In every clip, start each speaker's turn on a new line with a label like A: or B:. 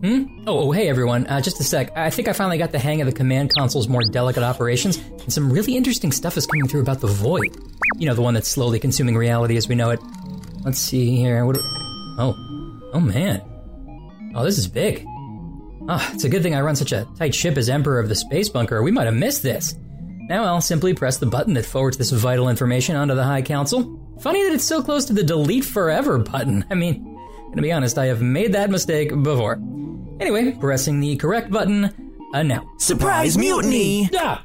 A: Oh, oh, hey everyone. Uh, just a sec. I think I finally got the hang of the command console's more delicate operations, and some really interesting stuff is coming through about the void. You know, the one that's slowly consuming reality as we know it. Let's see here. What? do- Oh, oh man. Oh, this is big. Ah, it's a good thing I run such a tight ship as Emperor of the Space Bunker. We might have missed this. Now I'll simply press the button that forwards this vital information onto the High Council. Funny that it's so close to the delete forever button. I mean, to be honest, I have made that mistake before. Anyway, pressing the correct button, announce.
B: Surprise mutiny!
A: Ah!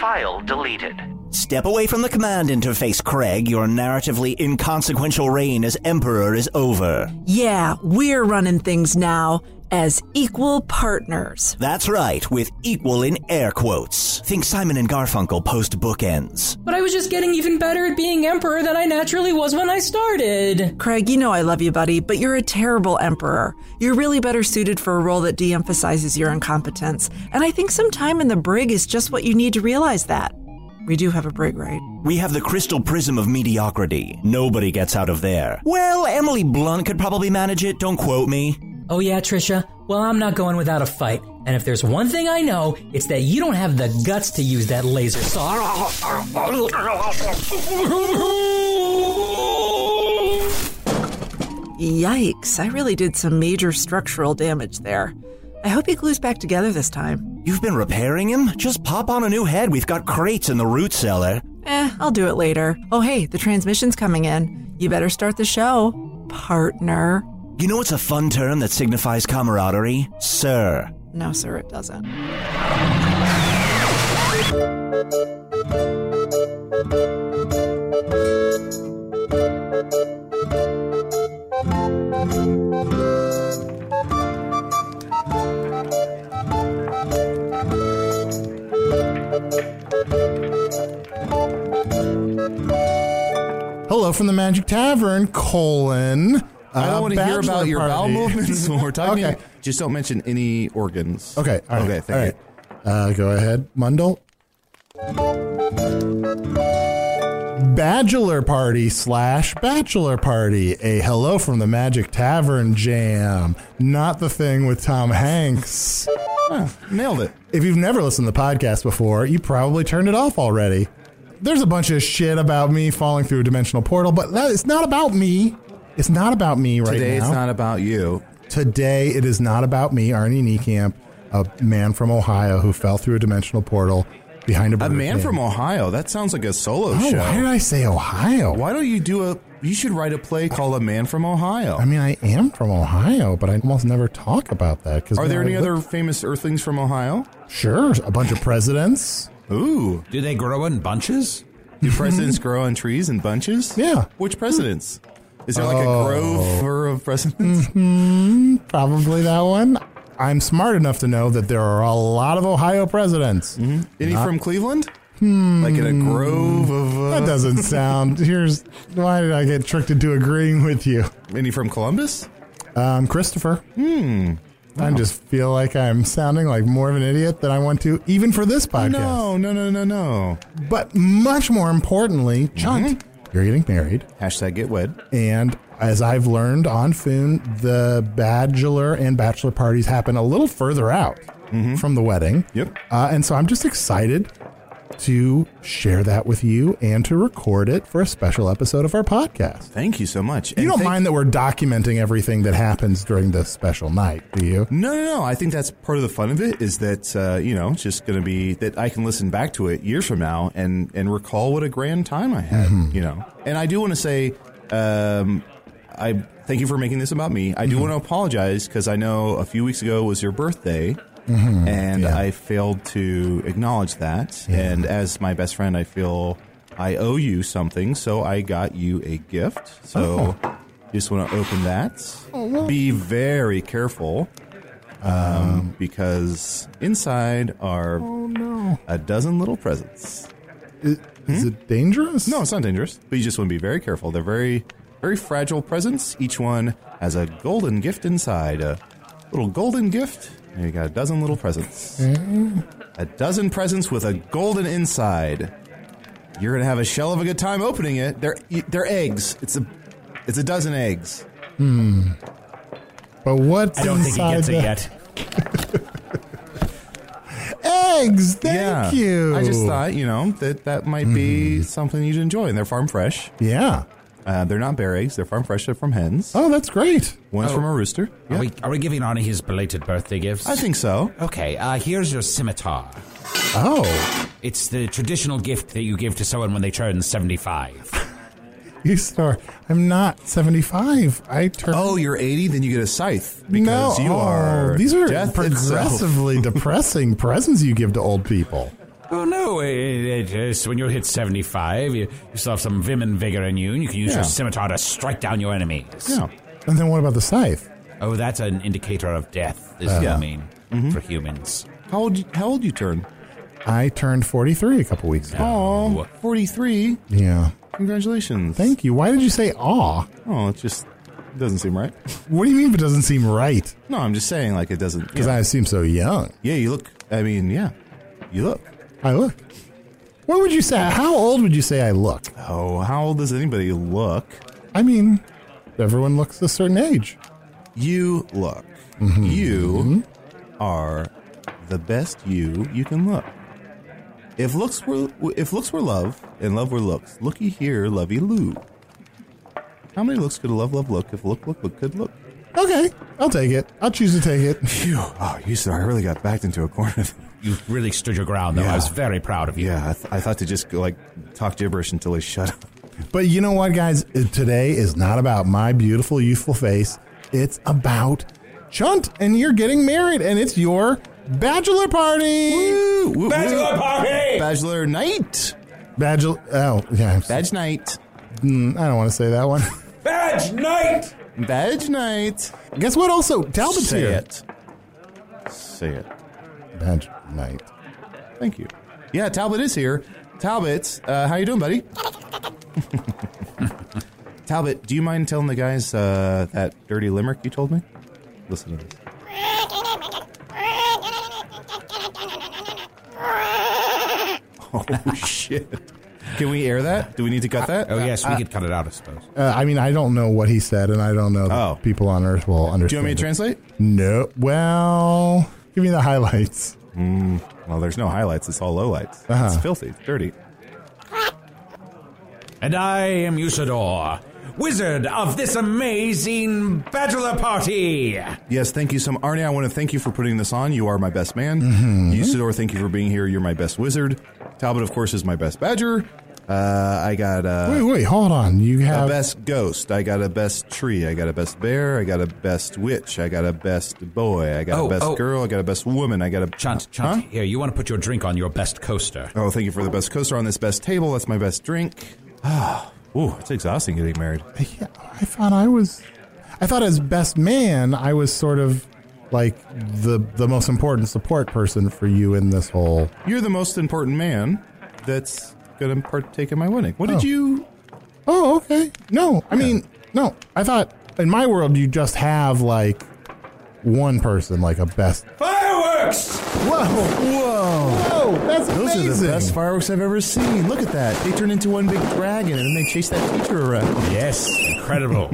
C: File deleted.
B: Step away from the command interface, Craig. Your narratively inconsequential reign as Emperor is over.
D: Yeah, we're running things now as equal partners.
B: That's right, with equal in air quotes. Think Simon and Garfunkel post bookends.
A: But I was just getting even better at being emperor than I naturally was when I started.
D: Craig, you know I love you, buddy, but you're a terrible emperor. You're really better suited for a role that de emphasizes your incompetence. And I think some time in the brig is just what you need to realize that. We do have a brig, right?
B: We have the crystal prism of mediocrity. Nobody gets out of there. Well, Emily Blunt could probably manage it, don't quote me.
A: Oh yeah, Trisha. Well, I'm not going without a fight. And if there's one thing I know, it's that you don't have the guts to use that laser saw.
D: Yikes, I really did some major structural damage there. I hope he glues back together this time.
B: You've been repairing him? Just pop on a new head. We've got crates in the root cellar.
D: Eh, I'll do it later. Oh, hey, the transmission's coming in. You better start the show, partner.
B: You know what's a fun term that signifies camaraderie? Sir.
D: No, sir, it doesn't.
E: Hello from the Magic Tavern, colon.
F: I don't
E: uh,
F: want to hear
E: bachelor
F: about your bowel
E: party.
F: movements when we're talking.
E: Okay.
F: Just don't mention any organs.
E: Okay. All right.
F: Okay. Thank
E: all
F: you.
E: right. Uh, go ahead, Mundle. Bachelor party slash bachelor party. A hello from the Magic Tavern jam, not the thing with Tom Hanks. Huh, nailed it. If you've never listened to the podcast before, you probably turned it off already. There's a bunch of shit about me falling through a dimensional portal, but that, it's not about me. It's not about me right
F: Today
E: now.
F: it's not about you.
E: Today, it is not about me, Arnie Niekamp, a man from Ohio who fell through a dimensional portal behind a
F: A
E: Burger
F: man
E: King.
F: from Ohio. That sounds like a solo
E: Oh,
F: show.
E: why did I say Ohio?
F: Why don't you do a? You should write a play called A Man from Ohio.
E: I mean, I am from Ohio, but I almost never talk about that. Cause
F: Are there
E: I
F: any
E: look-
F: other famous Earthlings from Ohio?
E: Sure, a bunch of presidents.
F: Ooh,
G: Do they grow in bunches?
F: do presidents grow on trees in bunches?
E: Yeah.
F: Which presidents? Is there like
E: Oh.
F: a grove for of presidents?
E: Probably that one. I'm smart enough to know that there are a lot of Ohio presidents.
F: Any from Cleveland?
E: Hmm.
F: Like in a grove of. Uh,
E: That doesn't sound. Here's why did I get tricked into agreeing with you,
F: Any from Columbus?
E: um, Christopher? I just feel like I'm sounding like more of an idiot than I want to, even for this podcast.
F: No, no, no, no, no.
E: But much more importantly, Chunt, you're getting married.
F: Hashtag get wed.
E: And as I've learned on Foon, the bachelor and bachelor parties happen a little further out from the wedding.
F: Mm-hmm. Yep.
E: Uh, and so I'm just excited to share that with you and to record it for a special episode of our podcast.
F: Thank you so much.
E: You
F: And
E: don't
F: thank-
E: mind that we're documenting everything that happens during this special night, do you?
F: No, no, no. I think that's part of the fun of it is that uh, you know it's just going to be that I can listen back to it years from now and and recall what a grand time I had. You know, and I do want to say, um, I thank you for making this about me. I do want to apologize because I know a few weeks ago was your birthday. And I failed to acknowledge that. And as my best friend, I feel I owe you something. So I got you a gift. So just want to open that. Be very careful Um, because inside are a dozen little presents.
E: Is, is it dangerous?
F: Uh, hmm? No, it's not dangerous, but you just want to be very careful. They're very, very fragile presents. Each one has a golden gift inside. A little golden gift. And you got a dozen little presents. A dozen presents with a golden inside. You're gonna have a shell of a good time opening it. They're e, they're eggs. It's a it's a dozen eggs.
E: But what's
G: I don't think he
E: inside
G: gets it
E: the
G: yet.
E: eggs? Thank
F: yeah.
E: you.
F: I just thought you Mm-hmm. know that that might be something you'd enjoy. And they're farm fresh.
E: Yeah.
F: Uh, they're not bear eggs. They're farm fresh. They're from hens.
E: Oh, that's great.
F: One's from a rooster.
G: Are we are we giving Arnie his belated birthday gifts?
F: I think so.
G: Okay, uh, here's your scimitar.
E: Oh,
G: It's the traditional gift that you give to someone when they turn 75.
E: you star. I'm not 75. I turn.
F: Oh, you're 80, then you get a scythe
E: no,
F: because you
E: oh,
F: are.
E: These are
F: death itself.
E: progressively depressing presents you give to old people.
G: Oh, no, it, it, it's when you hit 75, you, you still have some vim and vigor in you, and you can use
F: Yeah.
G: your scimitar to strike down your enemies.
F: Yeah.
E: And then what about the scythe?
G: Oh, that's an indicator of death, is what
F: Yeah.
G: I mean, for humans.
F: How old? How old you turn?
E: I turned 43 a couple weeks ago.
F: Oh, 43.
E: Yeah.
F: Congratulations.
E: Thank you. Why did you say aw?
F: Oh, it just doesn't seem right.
E: What do you mean if it doesn't seem right?
F: No, I'm just saying like it doesn't.
E: Because
F: yeah.
E: I seem so young.
F: yeah, you look. I mean, yeah, you look.
E: I look. What would you say? How old would you say I look?
F: Oh, how old does anybody look?
E: I mean, everyone looks a certain age.
F: You look. You are the best you you can look. If looks were if looks were love and love were looks, looky here, lovey loo. How many looks could a love love look if look look look could look?
E: Okay, I'll take it. I'll choose to take it.
F: Phew! Oh, you sir, I really got backed into a corner.
G: You really stood your ground, though. I
F: Yeah.
G: was very proud of you.
F: yeah, I, th- I thought to just go, like talk gibberish until he shut up.
E: But you know what, guys? Today is not about my beautiful, youthful face. It's about Chunt, and you're getting married, and it's your bachelor party.
F: Bachelor
G: party!
F: Bachelor night,
E: Bachelor. Oh, yeah. I'm s-
F: badge night,
E: mm, I don't want to say that one.
G: Badge night!
F: badge night.
E: Guess what? Also, Talbot's
F: Say
E: here.
F: it. Say it.
E: Badge night.
F: Thank you. Yeah, Talbot is here. Talbot, uh, how you doing, buddy? Talbot, do you mind telling the guys uh, that dirty limerick you told me? Listen to this. Oh shit! Can we air that? Do we need to cut that?
G: Oh, yes, we could cut it out, I suppose.
E: Uh, I mean, I don't know what he said, and I don't know that
F: Oh.
E: people on Earth will understand.
F: Do you want me to
E: it.
F: translate?
E: No. Well, give me the highlights.
F: Well, there's no highlights. It's all lowlights. It's filthy, dirty.
G: And I am Usador, wizard of this amazing bachelor party.
F: Yes, thank you, some Arnie. I want to thank you for putting this on. You are my best man.
E: Mm-hmm.
F: Usador, thank you for being here. You're my best wizard. Talbot, of course, is my best badger. Uh, I got
E: Wait,
F: uh,
E: wait, hold on. You
F: a
E: have
F: best ghost. I got a best tree. I got a best bear. I got a best witch. I got a best boy. I got
G: Oh,
F: a best
G: oh.
F: girl. I got a best woman. I got a
G: Chant,
F: Huh?
G: Chant, here, you want to put your drink on your best coaster.
F: Oh, thank you for the best coaster on this best table. That's my best drink. Ah, ooh, it's exhausting getting married.
E: Yeah, I thought I was. I thought as best man, I was sort of like the the most important support person for you in this whole.
F: You're the most important man. That's gonna partake in my wedding. What
E: Oh.
F: did you?
E: Oh, okay. No, I mean, no. I thought in my world you just have like one person like a best.
G: Fireworks!
E: Whoa, whoa, whoa! That's
F: Those
E: amazing.
F: are the best fireworks I've ever seen. Look at that. They turn into one big dragon and then they chase that teacher around.
G: Yes, incredible.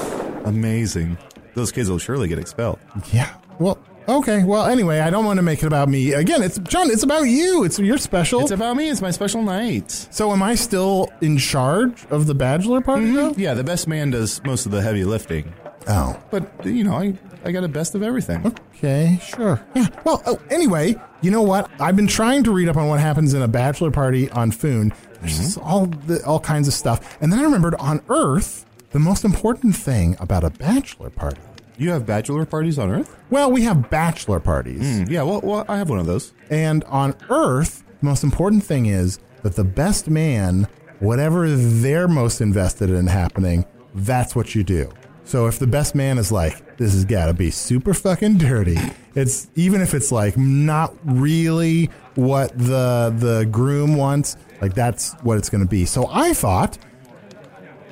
F: Amazing. Those kids will surely get expelled.
E: Yeah. Well, okay. Well, anyway, I don't want to make it about me again. It's John. It's about you. It's you're special.
F: It's about me. It's my special night.
E: so, am I still in charge of the bachelor party? though?
F: Yeah, the best man does most of the heavy lifting.
E: Oh.
F: But, you know, I, I got a best of everything.
E: Okay. Sure. Yeah. Well. Oh. Anyway, you know what? I've been trying to read up on what happens in a bachelor party on Foon. There's just all the, all kinds of stuff, and then I remembered on Earth the most important thing about a bachelor party.
F: You have bachelor parties on Earth?
E: Well, we have bachelor parties.
F: Hmm, Yeah, well, well I have one of those.
E: And on Earth, the most important thing is that the best man, whatever they're most invested in happening, that's what you do. So if the best man is like, this has got to be super fucking dirty. It's even if it's like not really what the the groom wants, like that's what it's going to be. So I thought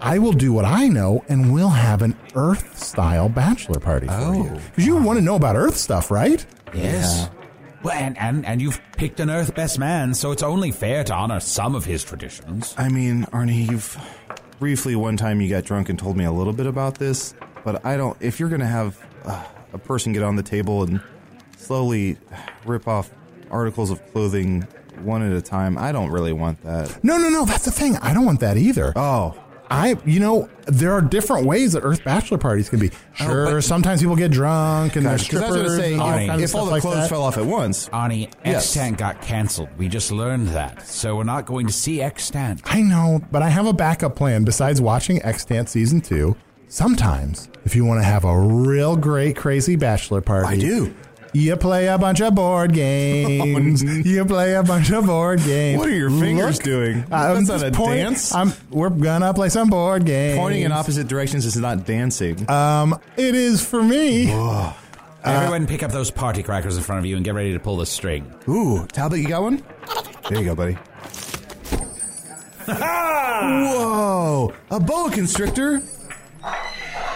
E: I will do what I know and we'll have an Earth style bachelor party for you. Cuz you want to know about Earth stuff, right?
G: Yes. Well, and, and, and you've picked an Earth Best Man, so it's only fair to honor some of his traditions.
F: I mean, Arnie, you've briefly one time you got drunk and told me a little bit about this, but I don't. If you're going to have uh, a person get on the table and slowly rip off articles of clothing one at a time, I don't really want that.
E: No, no, no. That's the thing. I don't want that either.
F: Oh,
E: I, you know, there are different ways that Earth bachelor parties can be. Sure,
F: but-
E: sometimes people get drunk and
F: gosh,
E: there's
F: because I was going to
E: strippers
F: say,
E: and all
F: if-
E: kinds of
F: if all
E: stuff
F: the
E: like
F: clothes
E: that.
F: fell off at once,
G: Arnie,
F: Yes.
G: Extant got cancelled. We just learned that. So we're not going to see Extant.
E: I know, but I have a backup plan besides watching Extant season two. Sometimes, if you want to have a real great crazy bachelor party,
F: I do.
E: You play a bunch of board games. you play a bunch of board games.
F: What are your fingers
E: Look,
F: doing?
E: I'm
F: That's not
E: just
F: a
E: point-
F: dance.
E: I'm, we're gonna play some board games.
F: Pointing in opposite directions is not dancing.
G: Uh,
F: Uh,
E: It is for me.
G: Everyone pick up those party crackers in front of you and get ready to pull the string.
F: Ooh, Talbot, you got one? There you go, buddy.
E: Oh,
F: Whoa! A boa constrictor?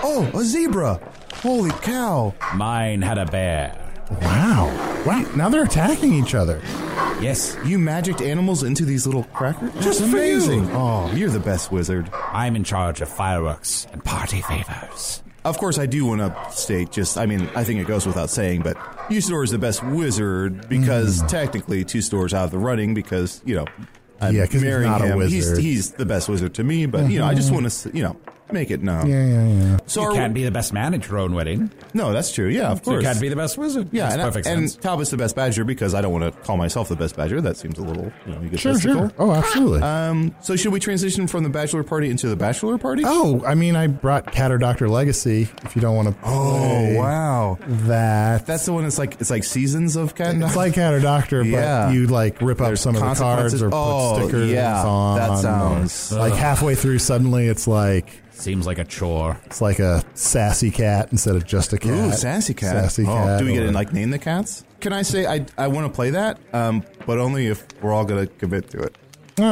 F: Oh, a zebra! Holy cow!
G: Mine had a bear.
E: Wow. Wow. Now they're attacking each other.
G: Yes,
F: You magicked animals into these little crackers? That's
E: for you.
F: amazing! Oh, you're the best wizard.
G: I'm in charge of fireworks and party favors.
F: Of course, I do want to state just, I mean, I think it goes without saying, but Usador is the best wizard because technically two stores out of the running because, you know, I'm
E: Yeah, 'cause he's
F: marrying
E: not a
F: him.
E: wizard.
F: He's, he's the best wizard to me, but, you know, I just want to, you know, make it known.
E: Yeah, yeah, yeah.
F: So
G: You
F: are
G: can't be the best man at your own wedding.
F: No, that's true. Yeah, of
G: You
F: course.
G: can't be the best wizard.
F: yeah,
G: Makes
F: and,
G: perfect
F: and
G: sense.
F: Talbot's the best badger because I don't want to call myself the best badger. That seems a little, you know,
E: Sure,
F: egotistical.
E: sure. Oh, absolutely.
F: So should we transition from the bachelor party into the bachelor party?
E: oh, I mean, I brought Cat or Doctor Legacy. If you don't want to.
F: Oh, wow.
E: that.
F: That's the one. that's like it's like seasons of cat. and
E: It's like Cat or Doctor,
F: Yeah.
E: but you like rip up
F: There's
E: some of the cards
F: consequences.
E: or
F: Oh,
E: put stickers
F: yeah,
E: on.
F: that
E: or-
F: sounds-
E: like halfway through. Suddenly, it's like
G: Seems like a chore.
E: it's like a sassy cat instead of just a cat.
F: Ooh, sassy cat.
E: Sassy
F: Oh,
E: cat.
F: Do we get
E: or-
F: to like name the cats? Can I say I I want to play that? Um, but only if we're all gonna commit to it.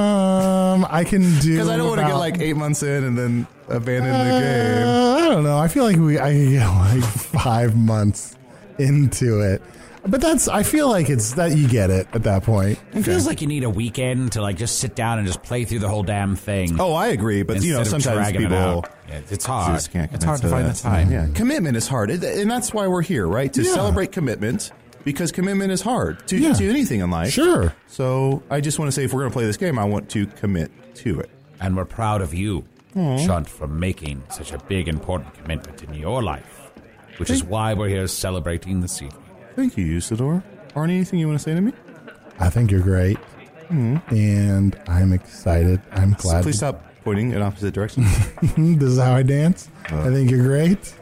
E: Um, I can do
F: Because I don't want to get
E: about-
F: like eight months in and then abandon the game.
E: Uh, I don't know. I feel like we I could get like five months into it, but that's I feel like it's that you get it at that point.
G: It feels like you need a weekend to like just sit down and just play through the whole damn thing.
F: Oh, I agree, but you know
G: instead of
F: sometimes
G: dragging it
F: people
G: out. Yeah, it's hard.
F: just can't
G: it's
F: commit
G: hard to find
F: that.
G: the time.
F: Yeah, commitment is hard, It- and that's why we're here, right? To
E: Yeah.
F: celebrate commitment because commitment is hard to
E: Yeah.
F: to anything in life.
E: Sure.
F: So I just want to say, if we're going to play this game, I want to commit to it.
G: And we're proud of you, Chunt, for making such a big, important commitment in your life, which is why we're here celebrating this evening.
F: Thank you, Usador. Arnie, anything you want to say to me?
E: I think you're great, and I'm excited. I'm glad.
F: Hmm. Please stop pointing in opposite directions.
E: this is how I dance.
F: Uh.
E: I think you're great,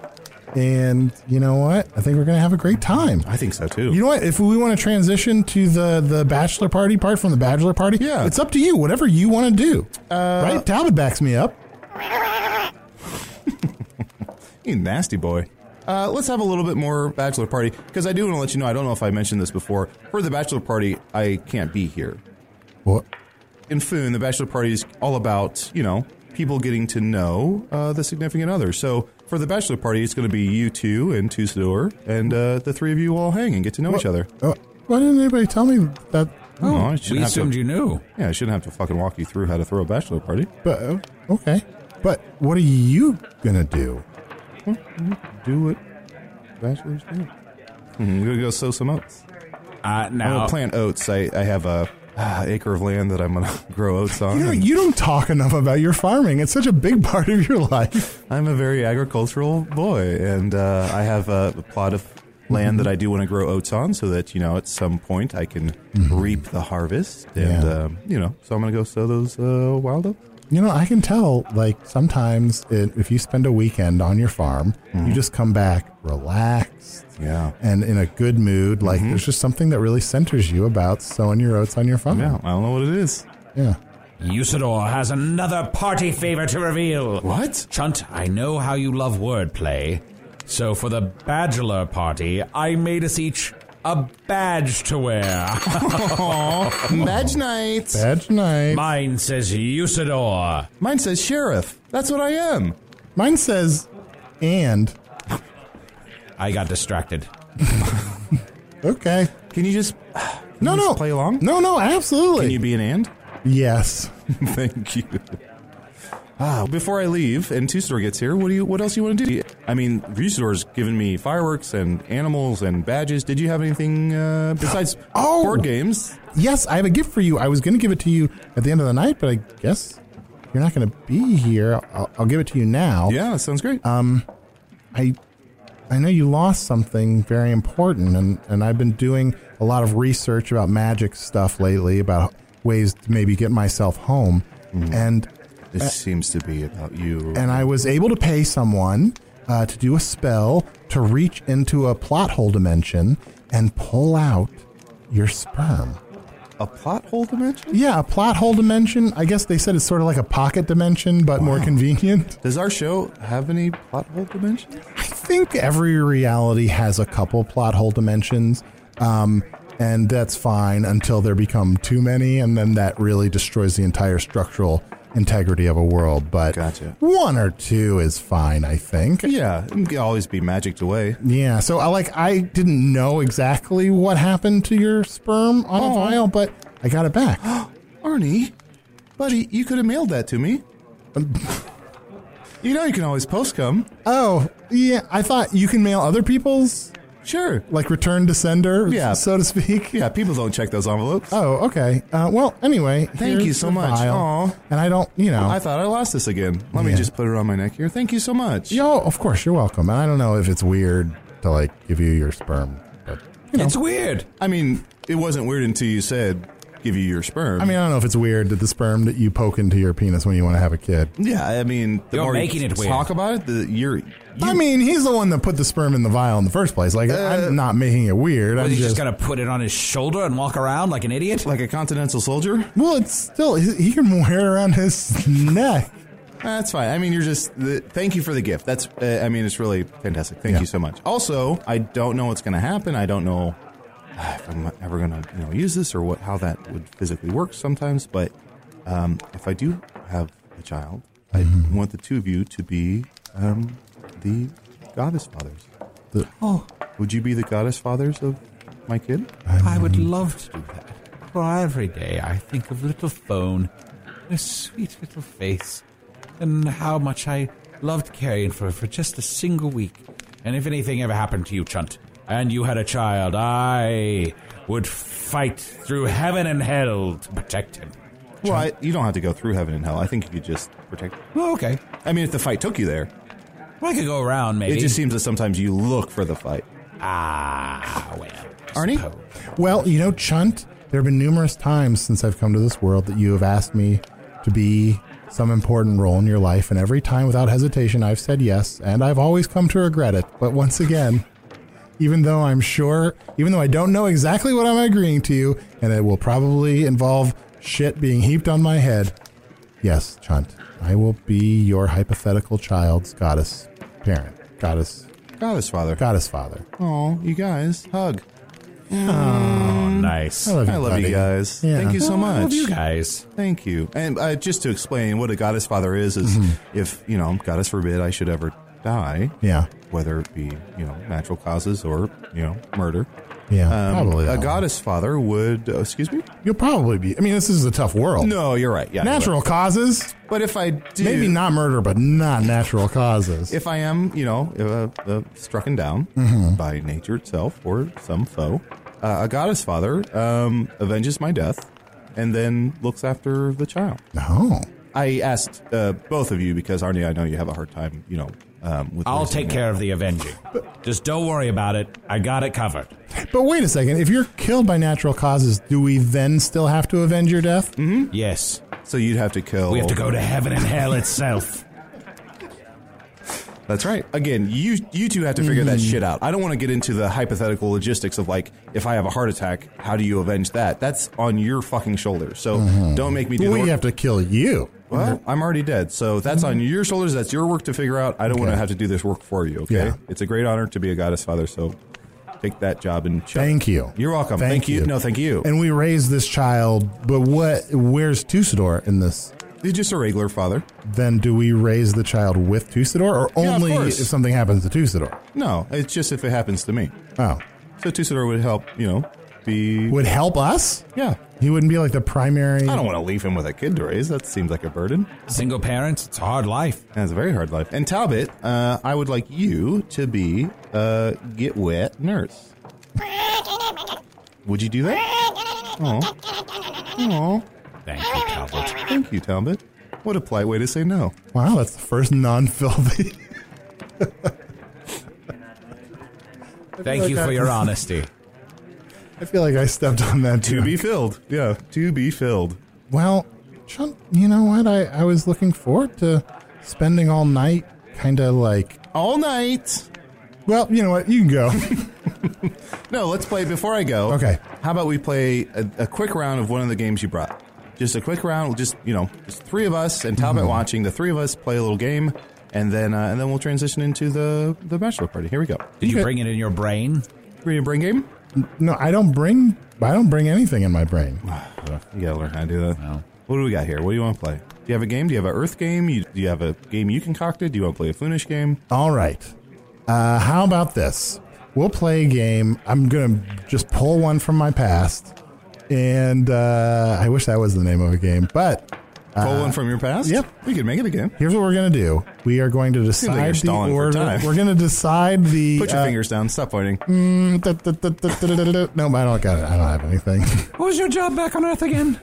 E: and you know what? I think we're gonna have a great time.
F: I think so too.
E: You know what? If we want to transition to the the bachelor party part from the bachelor party,
F: Yeah.
E: it's up to you. Whatever you want to do, uh, right? Talbot backs me up.
F: You nasty boy. Uh, let's have a little bit more bachelor party because I do want to let you know. I don't know if I mentioned this before. For the bachelor party, I can't be here.
E: What?
F: In Foon, the bachelor party is all about you know people getting to know uh, the significant other. So for the bachelor party, it's going to be you two and Tussador, and uh, the three of you all hang and get to know each other.
E: Oh, why didn't anybody tell me that?
F: Oh, I
G: we
F: shouldn't have to-
G: assumed you knew.
F: Yeah, I shouldn't have to fucking walk you through how to throw a bachelor party.
E: But oh, okay. But what are you gonna do?
F: Do it. Bachelors do. Mhm, I'm gonna go sow some oats.
G: Uh,
F: I'm
G: now,
F: gonna Oh, plant oats. I, I have a uh, acre of land that I'm gonna grow oats on.
E: You know,
F: and
E: you don't talk enough about your farming. It's such a big part of your life.
F: I'm a very agricultural boy, and uh, I have a, a plot of land that I do want to grow oats on, so that you know at some point I can reap the harvest. And
E: Mm-hmm. Yeah.
F: um, you know, so I'm gonna go sow those uh, wild oats.
E: You know, I can tell. Like sometimes, it, if you spend a weekend on your farm,
F: Mm-hmm.
E: you just come back relaxed
F: Yeah.
E: and in a good mood. Like
F: Mm-hmm.
E: there's just something that really centers you about sowing your oats on your farm.
F: Yeah, I don't know what it is.
E: yeah.
G: Usador has another party favor to reveal.
F: What?
G: Chunt, I know how you love wordplay. So for the bachelor party, I made us each a badge to wear.
F: Badge nights.
E: Badge night.
G: Mine says Usador.
F: Mine says sheriff. That's what I am.
E: Mine says, and
G: I got distracted.
E: okay.
F: Can you just
E: No,
F: you
E: no.
F: just play along?
E: No, no. Absolutely.
F: can you be an and?
E: yes.
F: Thank you. Ah, before I leave and Two Store gets here, what do you? What else you want to do? I mean, Two Store's given me fireworks and animals and badges. Did you have anything uh, besides
E: Oh!
F: board games?
E: Yes, I have a gift for you. I was going to give it to you at the end of the night, but I guess you're not going to be here. I'll, I'll give it to you now.
F: Yeah, that sounds great.
E: I I know you lost something very important, and, and I've been doing a lot of research about magic stuff lately, about ways to maybe get myself home. And
F: this seems to be about you.
E: and I was able to pay someone uh, to do a spell to reach into a plot hole dimension and pull out your sperm.
F: a plot hole dimension?
E: Yeah, a plot hole dimension. I guess they said it's sort of like a pocket dimension, but more convenient.
F: Does our show have any plot hole dimensions?
E: I think every reality has a couple plot hole dimensions, um, and that's fine until there become too many, and then that really destroys the entire structural integrity of a world. But
F: Gotcha.
E: one or two is fine, I think.
F: Yeah, it can always be magicked away.
E: Yeah, so I like I didn't know exactly what happened to your sperm on a
F: Oh.
E: vial, but I got it back.
F: Arnie, buddy, you could have mailed that to me. Um, you know you can always post come.
E: oh, yeah, I thought you can mail other people's
F: Sure.
E: like return to sender,
F: Yeah.
E: so to speak.
F: Yeah, people don't check those envelopes.
E: Oh, okay. Uh, well, anyway,
F: Thank
E: here's
F: you so
E: the
F: much.
E: vial.
F: Aw.
E: And I don't, you know,
F: I thought I lost this again. Let me
E: Yeah.
F: just put it around my neck here. Thank you so much.
E: yo, of course you're welcome. And I don't know if it's weird to like give you your sperm, but you know,
G: It's weird.
F: I mean, it wasn't weird until you said, give you your sperm.
E: I mean, I don't know if it's weird that the sperm that you poke into your penis when you want to have a kid.
F: yeah, I mean, the
G: You're
F: more
G: making
F: you
G: it weird.
F: talk about it, the, you're. You,
E: I mean, he's the one that put the sperm in the vial in the first place. Like,
F: Uh,
E: I'm not making it weird.
G: What,
E: I'm
G: you
E: just,
G: just gonna put it on his shoulder and walk around like an idiot?
F: like a continental soldier?
E: well, it's still he he can wear it around his neck.
F: That's fine. I mean, you're just. The, thank you for the gift. That's. Uh, I mean, it's really fantastic. Thank
E: Yeah.
F: you so much. Also, I don't know what's going to happen. I don't know uh, if I'm ever going to you know use this or what how that would physically work sometimes. But um, if I do have a child,
G: Mm-hmm.
F: I want the two of you to be um, the goddess fathers.
E: The-
F: oh, would you be the goddess fathers of my kid?
G: I would love to do that. For every day I think of little phone, her sweet little face, and how much I loved caring for her for just a single week. And if anything ever happened to you, Chunt, and you had a child, I would fight through heaven and hell to protect him.
F: Well, I, you don't have to go through heaven and hell. I think you could just protect.
G: Well, okay.
F: I mean, if the fight took you there,
G: Well, I could go around, maybe.
F: it just seems that sometimes you look for the fight.
G: ah, well. I
F: Arnie?
G: suppose.
E: Well, you know, Chunt, there have been numerous times since I've come to this world that you have asked me to be some important role in your life, and every time without hesitation I've said yes, and I've always come to regret it. But once again, even though I'm sure, even though I don't know exactly what I'm agreeing to, and it will probably involve shit being heaped on my head, yes, Chunt, I will be your hypothetical child's goddess parent, goddess,
F: Goddess father.
E: goddess father.
F: Oh, you guys, hug.
G: Oh, nice.
E: I love you,
F: I love
E: buddy.
F: you guys.
E: Yeah.
F: Thank you so
G: Oh, I love
F: much.
G: you guys.
F: Thank
E: Mm-hmm.
F: you. And uh, just to explain what a goddess father is, is if, you know, goddess forbid I should ever die,
E: Yeah.
F: whether it be you know natural causes or you know murder.
E: Yeah.
F: Um,
E: probably.
F: a
E: that one.
F: goddess father would. Uh, excuse me.
E: You'll probably be. I mean, this is a tough world.
F: No, you're right. Yeah, you're right.
E: Oh. Natural causes.
F: But if I do,
E: Maybe not murder, but not natural causes.
F: If I am, you know, uh, uh, struck down
E: Mm-hmm.
F: by nature itself or some foe, uh, a goddess father um, avenges my death and then looks after the child.
E: no.
F: I asked uh, both of you because Arnie, I know you have a hard time, you know, um, with.
H: I'll
F: raising
H: take
F: it.
H: care of the avenging. Just don't worry about it. I got it covered.
E: But wait a second. If you're killed by natural causes, do we then still have to avenge your death?
F: Mm,
H: Yes.
F: So you'd have to kill.
H: We have to go to heaven and hell itself.
F: That's right. Again, you you two have to figure that
E: Mm-hmm.
F: shit out. I don't want to get into the hypothetical logistics of like if I have a heart attack, how do you avenge that? That's on your fucking shoulders. So don't make me do
E: But
F: the
E: Mm-hmm. we
F: work.
E: have to kill you.
F: Well, I'm already dead, so that's on your shoulders. That's your work to figure out. I don't want to have to do this work for you. Okay,
E: Yeah.
F: it's a great honor to be a goddess father. So take that job and shut-
E: Thank you.
F: You're welcome. Thank, you. No, thank you.
E: And we raised this child, but what? Where's Tusador in this?
F: He's just a regular father.
E: Then do we raise the child with Tusador, or
F: Yeah, of
E: only if
F: course.
E: something happens to Tusador?
F: No, it's just if it happens to me.
E: Oh,
F: So Tusador would help. You know, be
E: would help us?
F: yeah.
E: He wouldn't be like the primary.
F: I don't want to leave him with a kid to raise. That seems like a burden.
H: Single parents, it's a hard life.
F: That's a very hard life. And Talbot, uh, I would like you to be a get wet nurse. Would you do that? Oh, oh.
H: Thank you, Talbot.
F: Thank you, Talbot. What a polite way to say no.
E: Wow, that's the first non-filthy.
H: Thank you for your honesty.
E: I feel like I stepped on that too.
F: To be filled. Yeah, to be filled.
E: Well, Chun, you know what? I, I was looking forward to spending all night, kind of like.
F: All night.
E: Well, you know what? You can go.
F: No, let's play before I go.
E: Okay.
F: How about we play a, a quick round of one of the games you brought? Just a quick round. We'll just you know, just three of us and Talbot
E: Hmm.
F: watching. The three of us play a little game, and then uh, and then we'll transition into the the bachelor party. Here we go.
H: Did you bring it in your brain?
F: Ready to bring game?
E: no, I don't bring. I don't bring anything in my brain.
F: You gotta learn how to do that. What do we got here? What do you want to play? Do you have a game? Do you have an Earth game? You, do you have a game you concocted? Do you want to play a Foonish game?
E: All right. Uh, how about this? We'll play a game. I'm gonna just pull one from my past, and uh, I wish that was the name of a game. But
F: Pull one from your past?
E: Uh, yep.
F: We could make it again.
E: here's what we're gonna do. We are going to
F: like you're
E: decide the
F: stalling for
E: order.
F: time.
E: We're gonna decide the.
F: Put your
E: uh,
F: fingers down. Stop pointing.
E: mm, da- da- da- da- da- da- da- da- No, I don't got it. I don't have anything. Hmm.
H: What was your job back on Earth again?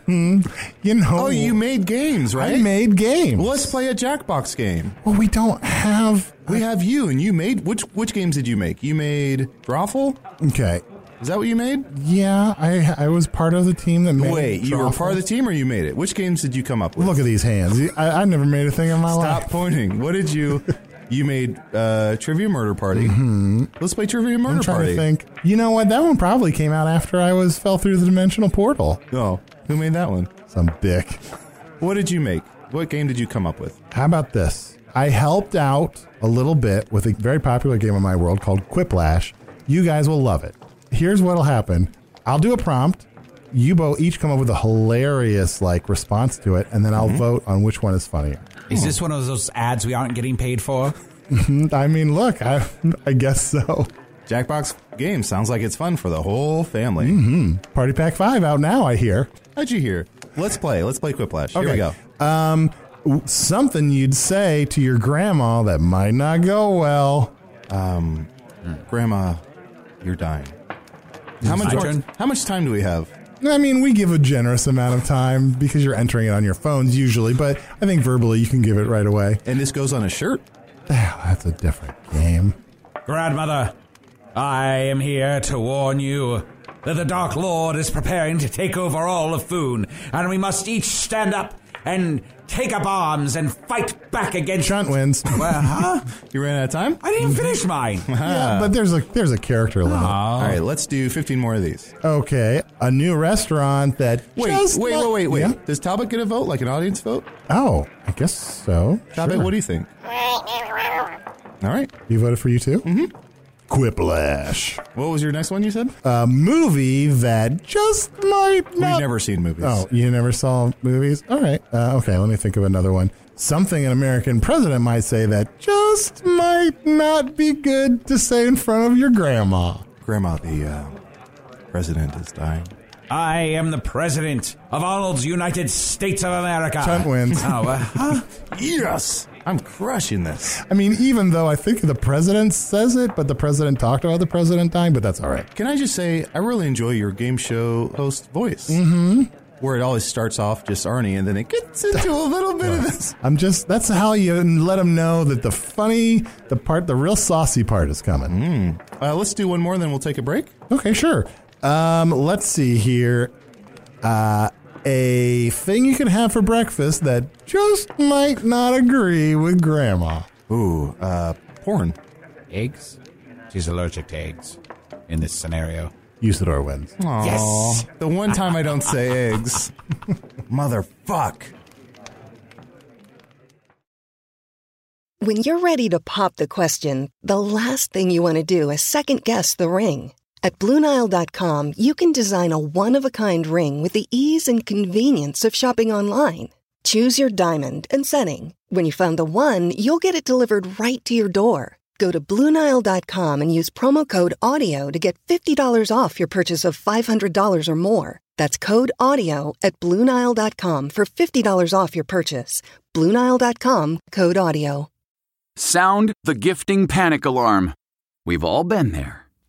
E: You know.
F: Oh, you made games, right?
E: I made games.
F: Well, let's play a Jackbox game.
E: Well, we don't have.
F: We have you, and you made which which games did you make? You made Drawful.
E: Okay.
F: Is that what you made?
E: Yeah, I I was part of the team that made.
F: Wait, you were
E: Drawful.
F: part of the team, or you made it? Which games did you come up with?
E: Look at these hands. I, I never made a thing in my
F: Stop
E: life.
F: pointing. What did you? You made uh, Trivia Murder Party. Let's play Trivia
E: Mm-hmm.
F: Murder
E: I'm trying
F: Party.
E: to think. You know what? That one probably came out after I was fell through the dimensional portal.
F: No, Oh, who made that one?
E: Some dick.
F: What did you make? What game did you come up with?
E: How about this? I helped out a little bit with a very popular game in my world called Quiplash. You guys will love it. Here's what'll happen. I'll do a prompt. You both each come up with a hilarious like response to it, and then I'll vote on which one is funnier.
H: Is this one of those ads we aren't getting paid for?
E: I mean, look, I, I guess so.
F: Jackbox game sounds like it's fun for the whole family.
E: Mm-hmm. Party Pack 5 out now, I hear.
F: How'd you hear? Let's play. Let's play Quiplash. Here we
E: Okay.
F: go.
E: W- Something you'd say to your grandma that might not go well.
F: Grandma, you're dying. How much,
H: my turn?
F: how much time do we have?
E: I mean, we give a generous amount of time because you're entering it on your phones usually, but I think verbally you can give it right away.
F: And this goes on a shirt.
E: Ah, That's a different game.
H: Grandmother, I am here to warn you that the Dark Lord is preparing to take over all of Foon, and we must each stand up and take up arms and fight back against.
E: Chunt wins.
H: Well, huh?
F: You ran out of time?
H: I didn't finish mine.
E: Yeah, but there's a there's a character limit.
F: All right, let's do 15 more of these.
E: Okay, a new restaurant that
F: Wait,
E: just
F: wait,
E: not-
F: wait, wait, wait.
E: Yeah.
F: Does Talbot get a vote, like an audience vote?
E: Oh, I guess so.
F: Talbot,
E: Sure.
F: what do you think? All right.
E: You voted for you too. Mm-hmm. Quiplash.
F: What was your next one you said?
E: A movie that just might not.
F: We've never seen movies.
E: Oh, you never saw movies? All right. Uh, okay, let me think of another one. Something an American president might say that just might not be good to say in front of your grandma.
F: Grandma, the uh, president is dying.
H: I am the president of Arnold's United States of America.
E: Chunt wins.
H: Oh, uh, huh?
F: Yes! I'm crushing this.
E: I mean, even though I think the president says it, but the president talked about the president dying, but that's all right.
F: Can I just say, I really enjoy your game show host voice. Mm-hmm. Where it always starts off just Arnie, and then it gets into a little bit of this.
E: I'm just, that's how you let them know that the funny, the part, the real saucy part is coming.
F: Uh, let's do one more, and then we'll take a break.
E: Okay, sure. Um, let's see here. Uh, a thing you can have for breakfast that just might not agree with grandma.
F: Ooh, uh, porn.
G: Eggs? She's allergic to eggs in this scenario.
E: Usador wins.
F: Yes. The one time I don't say eggs. Motherfuck.
I: When you're ready to pop the question, the last thing you want to do is second guess the ring. At Bluenile.com, you can design a one of a kind ring with the ease and convenience of shopping online. Choose your diamond and setting. When you find the one, you'll get it delivered right to your door. Go to Bluenile.com and use promo code AUDIO to get $50 off your purchase of $500 or more. That's code AUDIO at Bluenile.com for $50 off your purchase. Bluenile.com code AUDIO.
J: Sound the gifting panic alarm. We've all been there.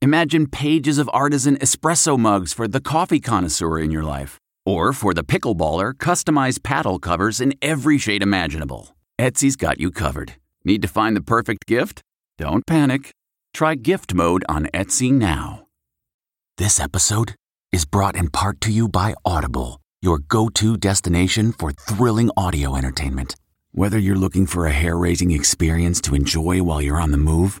J: Imagine pages of artisan espresso mugs for the coffee connoisseur in your life, or for the pickleballer, customized paddle covers in every shade imaginable. Etsy's got you covered. Need to find the perfect gift? Don't panic. Try gift mode on Etsy now. This episode is brought in part to you by Audible, your go to destination for thrilling audio entertainment. Whether you're looking for a hair raising experience to enjoy while you're on the move,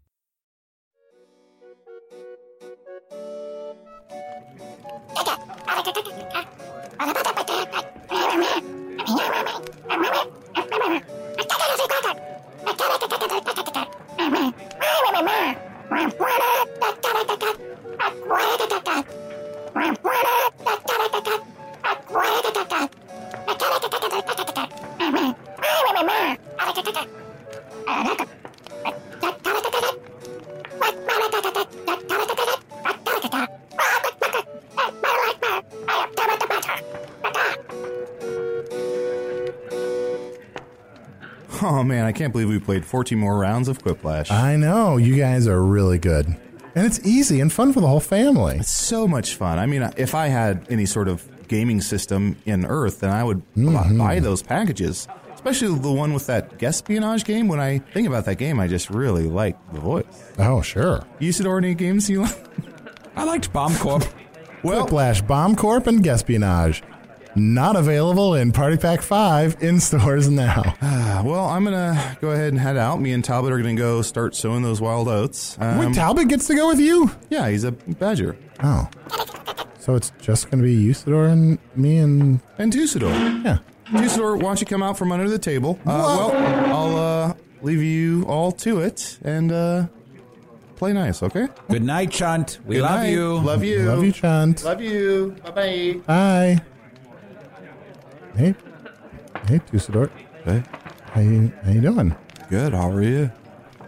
F: Oh man, I can't believe we played 14 more rounds of Quiplash.
E: I know. You guys are really good. And it's easy and fun for the whole family.
F: so much fun. I mean, if I had any sort of gaming system in Earth, then I would buy those packages. Especially the one with that espionage game. When I think about that game, I just really like the voice.
E: Oh, sure.
F: Usador, any games you like?
G: I liked Bomb Corp.
E: Well, Whiplash, Bomb Corp, and Gespionage. Not available in Party Pack 5 in stores now.
F: Uh, well, I'm gonna go ahead and head out. Me and Talbot are gonna go start sowing those wild oats. Um,
E: Wait, Talbot gets to go with you?
F: yeah, he's a badger.
E: Oh. So it's just going to be Usador and me and.
F: And Tusador.
E: Yeah.
F: Tusador, why don't you come out from under the table? Uh, well, I'll uh, leave you all to it, and uh, play nice, okay?
G: Good night, Chunt. We love you.
F: Love you.
E: Love you, Chunt.
F: Love you. Bye bye.
E: Hi. Hey. Hey, Tusador.
F: Hey.
E: How you, how you doing?
F: Good. How are you?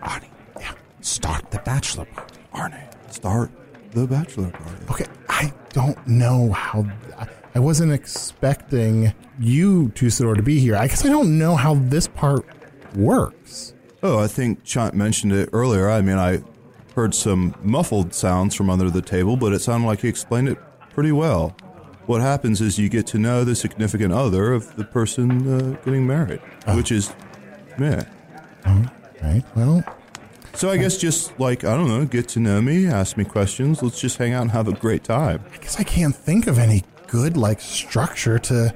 E: Arnie.
F: Yeah. Start the bachelor party. Arnie. Start the bachelor party.
E: Okay, I don't know how. I- I wasn't expecting you, Tusador, to be here. I guess I don't know how this part works.
F: Oh, I think Chant mentioned it earlier. I mean, I heard some muffled sounds from under the table, but it sounded like he explained it pretty well. What happens is you get to know the significant other of the person uh, getting married, which is, yeah.
E: Right? Well,
F: So I guess just like I don't know, get to know me, ask me questions. Let's just hang out and have a great time.
E: I guess I can't think of any good like structure to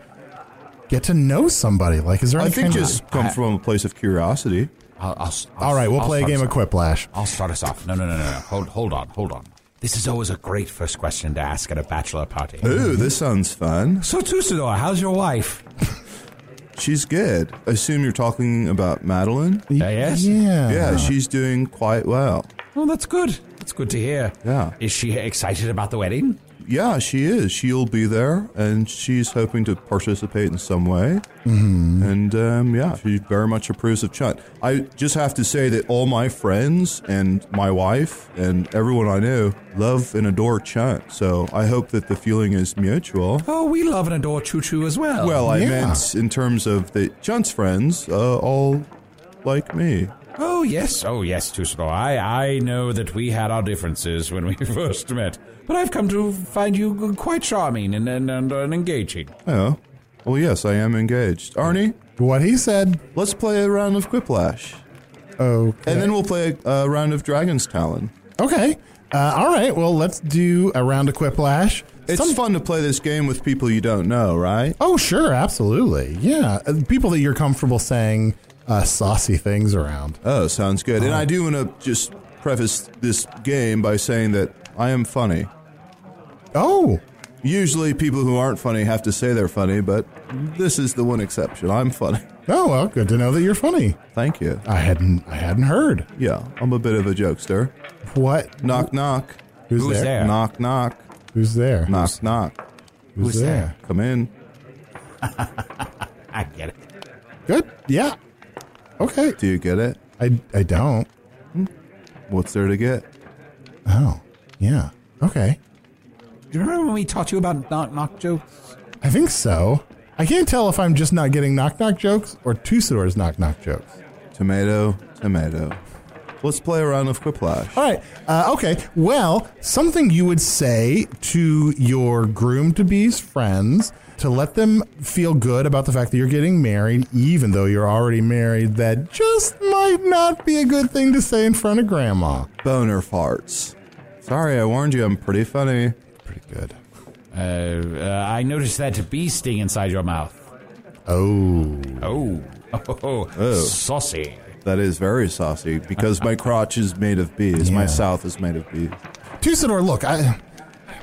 E: get to know somebody. Like, is there?
F: I
E: any
F: think
E: kind
F: just
E: of,
F: come from a place of curiosity.
G: I'll, I'll, s- I'll
E: All right, we'll
G: I'll
E: play a
G: start
E: game
G: us
E: of
G: off.
E: Quiplash.
G: I'll start us off. No, no, no, no, no. Hold, hold on, hold on. This is always a great first question to ask at a bachelor party.
F: Ooh, this sounds fun.
G: So, Tusador, how's your wife?
F: She's good. I assume you're talking about Madeline.
G: Yeah, Uh, yes.
E: Yeah.
F: Yeah, she's doing quite well.
G: Well, that's good. That's good to hear.
F: Yeah.
G: Is she excited about the wedding?
F: Yeah, she is. She'll be there, and she's hoping to participate in some way. Mm-hmm. And um, yeah, she very much approves of Chunt. I just have to say that all my friends and my wife and everyone I know love and adore Chunt. So I hope that the feeling is mutual.
G: Oh, we love and adore Choo Choo as well.
F: Well, I
E: yeah.
F: meant in terms of the Chunt's friends, uh, all like me.
G: Oh, yes. Oh, yes, Tusador. I, I know that we had our differences when we first met, but I've come to find you quite charming and, and, and, and engaging.
F: Oh, well, yes, I am engaged. Arnie,
E: What he said.
F: let's play a round of Quiplash,
E: Okay.
F: and then we'll play a, a round of Dragon's Talon.
E: okay. Uh, all right. Well, let's do a round of Quiplash.
F: It's
E: Some-
F: fun to play this game with people you don't know, right?
E: oh, sure, absolutely. Yeah, Uh, people that you're comfortable saying uh, saucy things around.
F: Oh, sounds good.
E: Uh-huh.
F: And I do want to just preface this game by saying that I am funny.
E: Oh,
F: Usually, people who aren't funny have to say they're funny, but this is the one exception. I'm funny.
E: oh, well, good to know that you're funny.
F: Thank you.
E: I hadn't, I hadn't heard.
F: Yeah, I'm a bit of a jokester.
E: What?
F: Knock, knock.
E: Who's,
G: Who's
E: there?
G: there?
F: Knock, knock.
E: Who's there?
F: Knock, knock.
E: Who's,
G: who's
E: there?
F: Come in.
G: I get it.
E: Good. Yeah. Okay.
F: Do you get it?
E: I, I don't.
F: What's there to get?
E: Oh, yeah. Okay.
G: Do you remember when we taught you about knock knock jokes?
E: I think so. I can't tell if I'm just not getting knock knock jokes or Tusador's knock knock jokes.
F: Tomato, tomato. Let's play a round of Quiplash.
E: All right. Uh, okay. Well, something you would say to your groom to be's friends to let them feel good about the fact that you're getting married, even though you're already married, that just might not be a good thing to say in front of grandma.
F: Boner farts. Sorry, I warned you, I'm pretty funny.
E: Pretty good.
G: Uh, uh, I noticed that bee sting inside your mouth.
E: Oh.
G: Oh, oh, oh. saucy.
F: That is very saucy because my crotch is made of bees.
E: Yeah.
F: My south is made of bees.
E: Tusador, look, I,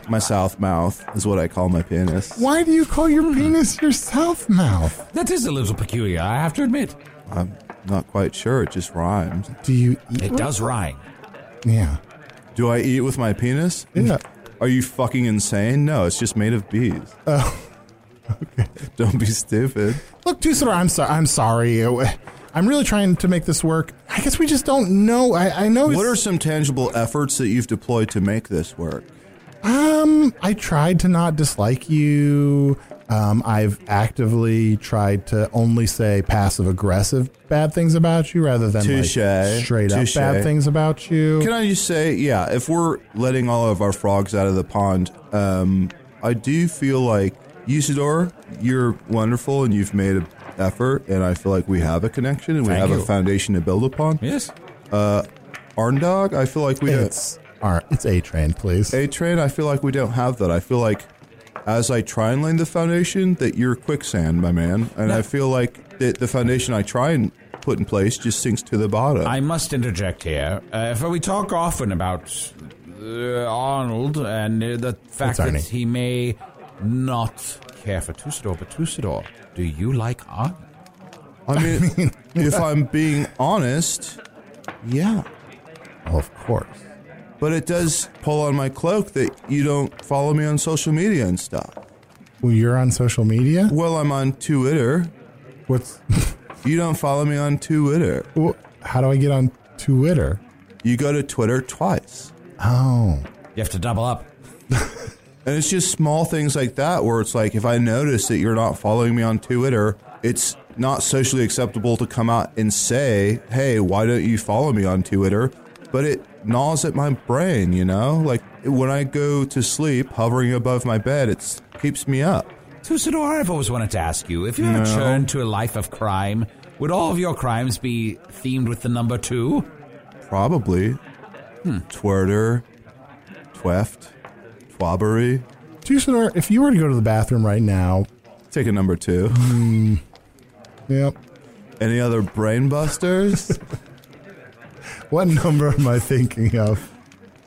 F: My south mouth is what I call my penis.
E: why do you call your penis your south mouth?
G: That is a little peculiar, I have to admit.
F: I'm not quite sure. It just rhymes.
E: Do you eat?
G: It
E: with-
G: does rhyme.
E: Yeah.
F: Do I eat with my penis?
E: Yeah.
F: Are you fucking insane? No, it's just made of bees. Oh. Okay. Don't be stupid.
E: Look, Tusador, I'm sorry. I'm sorry. I'm really trying to make this work. I guess we just don't know. I, I know.
F: What are
E: it's-
F: some tangible efforts that you've deployed to make this work?
E: um? I tried to not dislike you. Um, I've actively tried to only say passive aggressive bad things about you rather than like,
F: Touche.
E: straight up
F: Touche.
E: bad things about you.
F: Can I just say, yeah, if we're letting all of our frogs out of the pond, um, I do feel like Usador, you're wonderful and you've made an effort, and I feel like we have a connection and we
G: Thank
F: have a
G: you.
F: foundation to build upon.
G: Yes.
F: Arndog, I feel like we don't.
E: it's all right. It's a train, please.
F: A train, I feel like we don't have that. I feel like as I try and lay the foundation, that you're quicksand, my man, and I feel like that the foundation I try and put in place just sinks to the bottom.
G: I must interject here. Uh, for we talk often about uh, Arnold and uh, the fact
E: It's
G: that
E: Arnie.
G: he may not care for Tusador, but Tusador, do you like Arnold?
F: I mean, if I'm being honest, yeah.
E: Well, of course.
F: But it does pull on my cloak that you don't follow me on social media and stuff.
E: Well, you're on social media?
F: Well, I'm on Twitter.
E: What's.
F: you don't follow me on Twitter.
E: Well, how do I get on Twitter?
F: You go to Twitter twice.
E: Oh.
H: You have to double up.
F: And it's just small things like that where it's like, if I notice that you're not following me on Twitter, it's not socially acceptable to come out and say, hey, why don't you follow me on Twitter? But it gnaws at my brain, you know? Like when I go to sleep, hovering above my bed, it keeps me up.
G: Tusador, I've always wanted to ask you if you
F: No.
G: returned to a life of crime, would all of your crimes be themed with the number two?
F: Probably.
E: Hmm.
F: Twitter, Tweft, Twobbery.
E: Tusador, if you were to go to the bathroom right now.
F: Take a number two.
E: Yep.
F: Any other brain busters?
E: What number am I thinking of?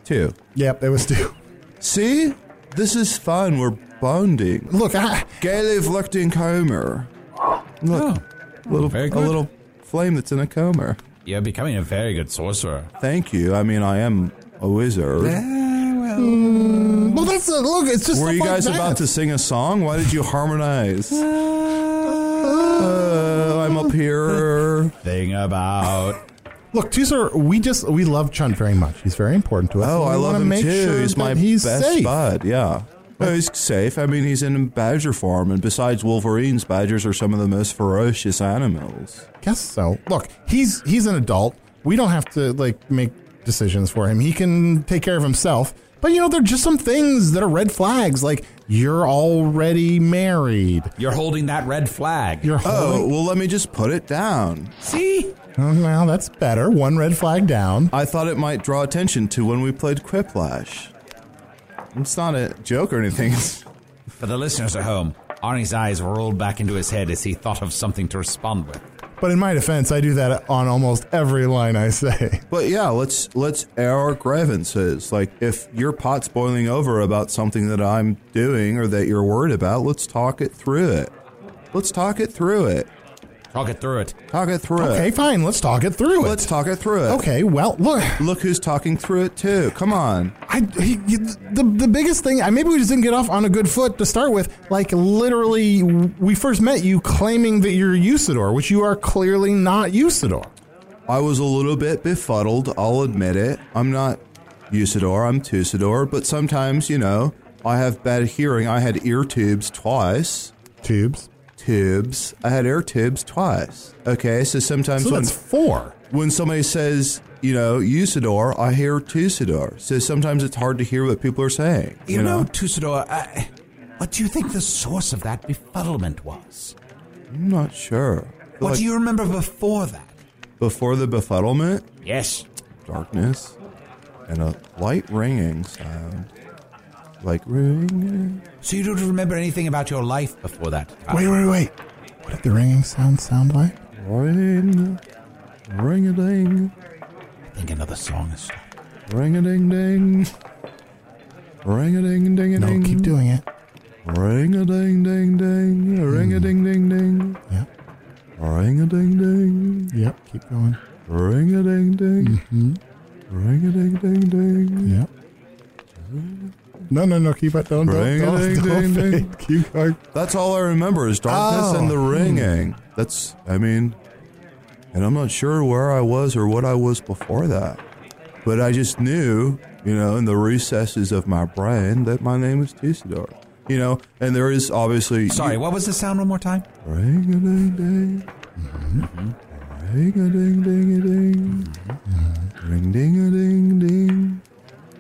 F: two.
E: Yep, it was two.
F: See? This is fun. We're bonding.
E: Look, I.
F: Gaily flecting comber.
E: Oh.
F: Look, little,
G: very
F: a
G: good.
F: little flame that's in a comber.
G: You're becoming a very good sorcerer.
F: Thank you. I mean, I am a wizard.
E: Well, that's a, look. It's just.
F: Were
E: stuff
F: you
E: like
F: guys
E: that.
F: about to sing a song? Why did you harmonize? Uh, I'm up here.
G: Thing about.
E: Look, Tusador, we just we love Chunt very much. He's very important to us.
F: Oh,
E: and we
F: I love
E: wanna
F: him
E: make
F: too.
E: Sure
F: he's my
E: that he's
F: best
E: safe.
F: bud. Yeah. No, he's safe. I mean, he's in badger form, and besides wolverines, badgers are some of the most ferocious animals.
E: Guess so. Look, he's he's an adult. We don't have to like make decisions for him. He can take care of himself. But you know, there are just some things that are red flags. Like you're already married.
G: You're holding that red flag.
E: You're
F: Oh,
E: holding.
F: well, let me just put it down.
G: See?
E: Oh, well, that's better. One red flag down.
F: I thought it might draw attention to when we played Quiplash. It's not a joke or anything. It's-
G: For the listeners at home, Arnie's eyes rolled back into his head as he thought of something to respond with.
E: But in my defense, I do that on almost every line I say.
F: But yeah, let's let's air our grievances. Like if your pot's boiling over about something that I'm doing or that you're worried about, let's talk it through it. Let's talk it through it.
G: Talk it through it.
F: Talk it through
E: Okay,
F: it.
E: fine. Let's talk it through
F: Let's
E: it.
F: talk it through it.
E: Okay, well, look.
F: Look who's talking through it too. Come on.
E: I he, he- the the biggest thing. I maybe we just didn't get off on a good foot to start with. Like literally, we first met you claiming that you're Usador, which you are clearly not Usador.
F: I was a little bit befuddled, I'll admit it. I'm not Usador, I'm Tusador, but sometimes, you know, I have bad hearing. I had ear tubes twice.
E: Tubes.
F: Tubes. I had ear tubes twice. Okay, so sometimes
E: So
F: when,
E: that's four.
F: when somebody says, you know, Usador, I hear Tusador. So sometimes it's hard to hear what people are saying. You,
G: You know, Tusador, I, what do you think the source of that befuddlement was?
F: I'm not sure. But
G: What
F: like,
G: do you remember before that?
F: before the befuddlement,
G: Yes.
F: darkness, and a light ringing sound. Like ringing.
G: So you don't remember anything about your life before that?
E: Wait, wait, wait. What did the ringing sound sound like?
F: Ring, ring a ding,
G: I think another song is
F: ring a ding ding, ring a ding ding a
E: No,
F: ding.
E: keep doing it.
F: Ring a ding ding ding, ring a ding ding ding,
E: Yeah,
F: ring a ding ding,
E: yep. Keep going.
F: ring a ding ding,
E: Mm-hmm.
F: ring a ding ding ding.
E: Yep. No, no, no. Keep it. Don't, don't, don't,
F: Ring-a-ding,
E: don't
F: ding, ding.
E: fade. Keep going.
F: That's all I remember is darkness
E: Oh.
F: and the ringing. That's, I mean, and I'm not sure where I was or what I was before that. But I just knew, you know, in the recesses of my brain that my name is Tusador. You know, and there is obviously.
G: Sorry, what was the sound one more time?
F: Ring a ding ding. Ring a ding ding a ding. Ring ding a ding ding.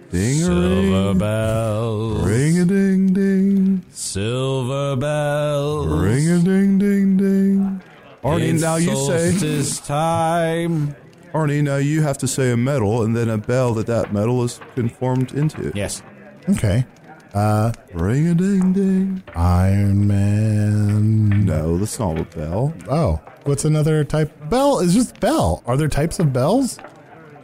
F: Ding a ring.
G: bells.
F: Ring a ding ding.
G: Silver bells.
F: Ring a ding ding ding. Arnie,
G: It's
F: now you say.
G: solstice time.
F: Arnie, now you have to say a metal and then a bell that that metal is conformed into.
G: Yes.
E: Okay.
F: Ring a ding ding.
E: Iron Man.
F: No, that's not a bell.
E: Oh, what's another type? Bell is just bell. Are there types of bells?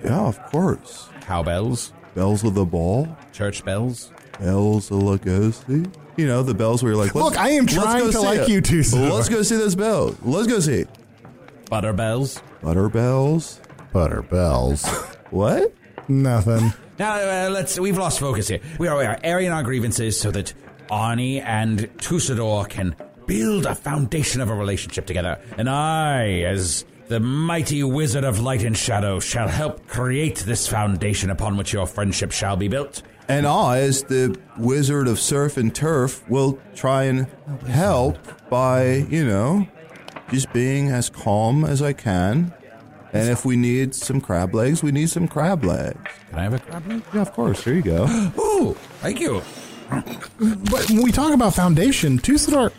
F: Yeah, of course.
G: Cowbells.
F: Bells of the ball.
G: Church bells.
F: Bells of Lugosi. You know, the bells where you're like, let's-
E: Look, I am
F: let's
E: trying
F: go
E: to
F: see
E: like
F: it.
E: you too, Sue.
F: Let's go see those bells. Let's go see.
G: Butter bells.
F: Butter bells.
E: Butter bells.
F: What?
E: Nothing.
G: Now uh, let's. We've lost focus here. We are, we are airing our grievances so that Arnie and Tussador can build a foundation of a relationship together, and I, as the mighty wizard of light and shadow, shall help create this foundation upon which your friendship shall be built.
F: And I, as the wizard of surf and turf, will try and help by, you know, just being as calm as I can. And if we need some crab legs, we need some crab legs.
G: Can I have a crab leg?
F: Yeah, of course. Here you go.
G: Ooh, thank you.
E: But when we talk about foundation, Tussidor,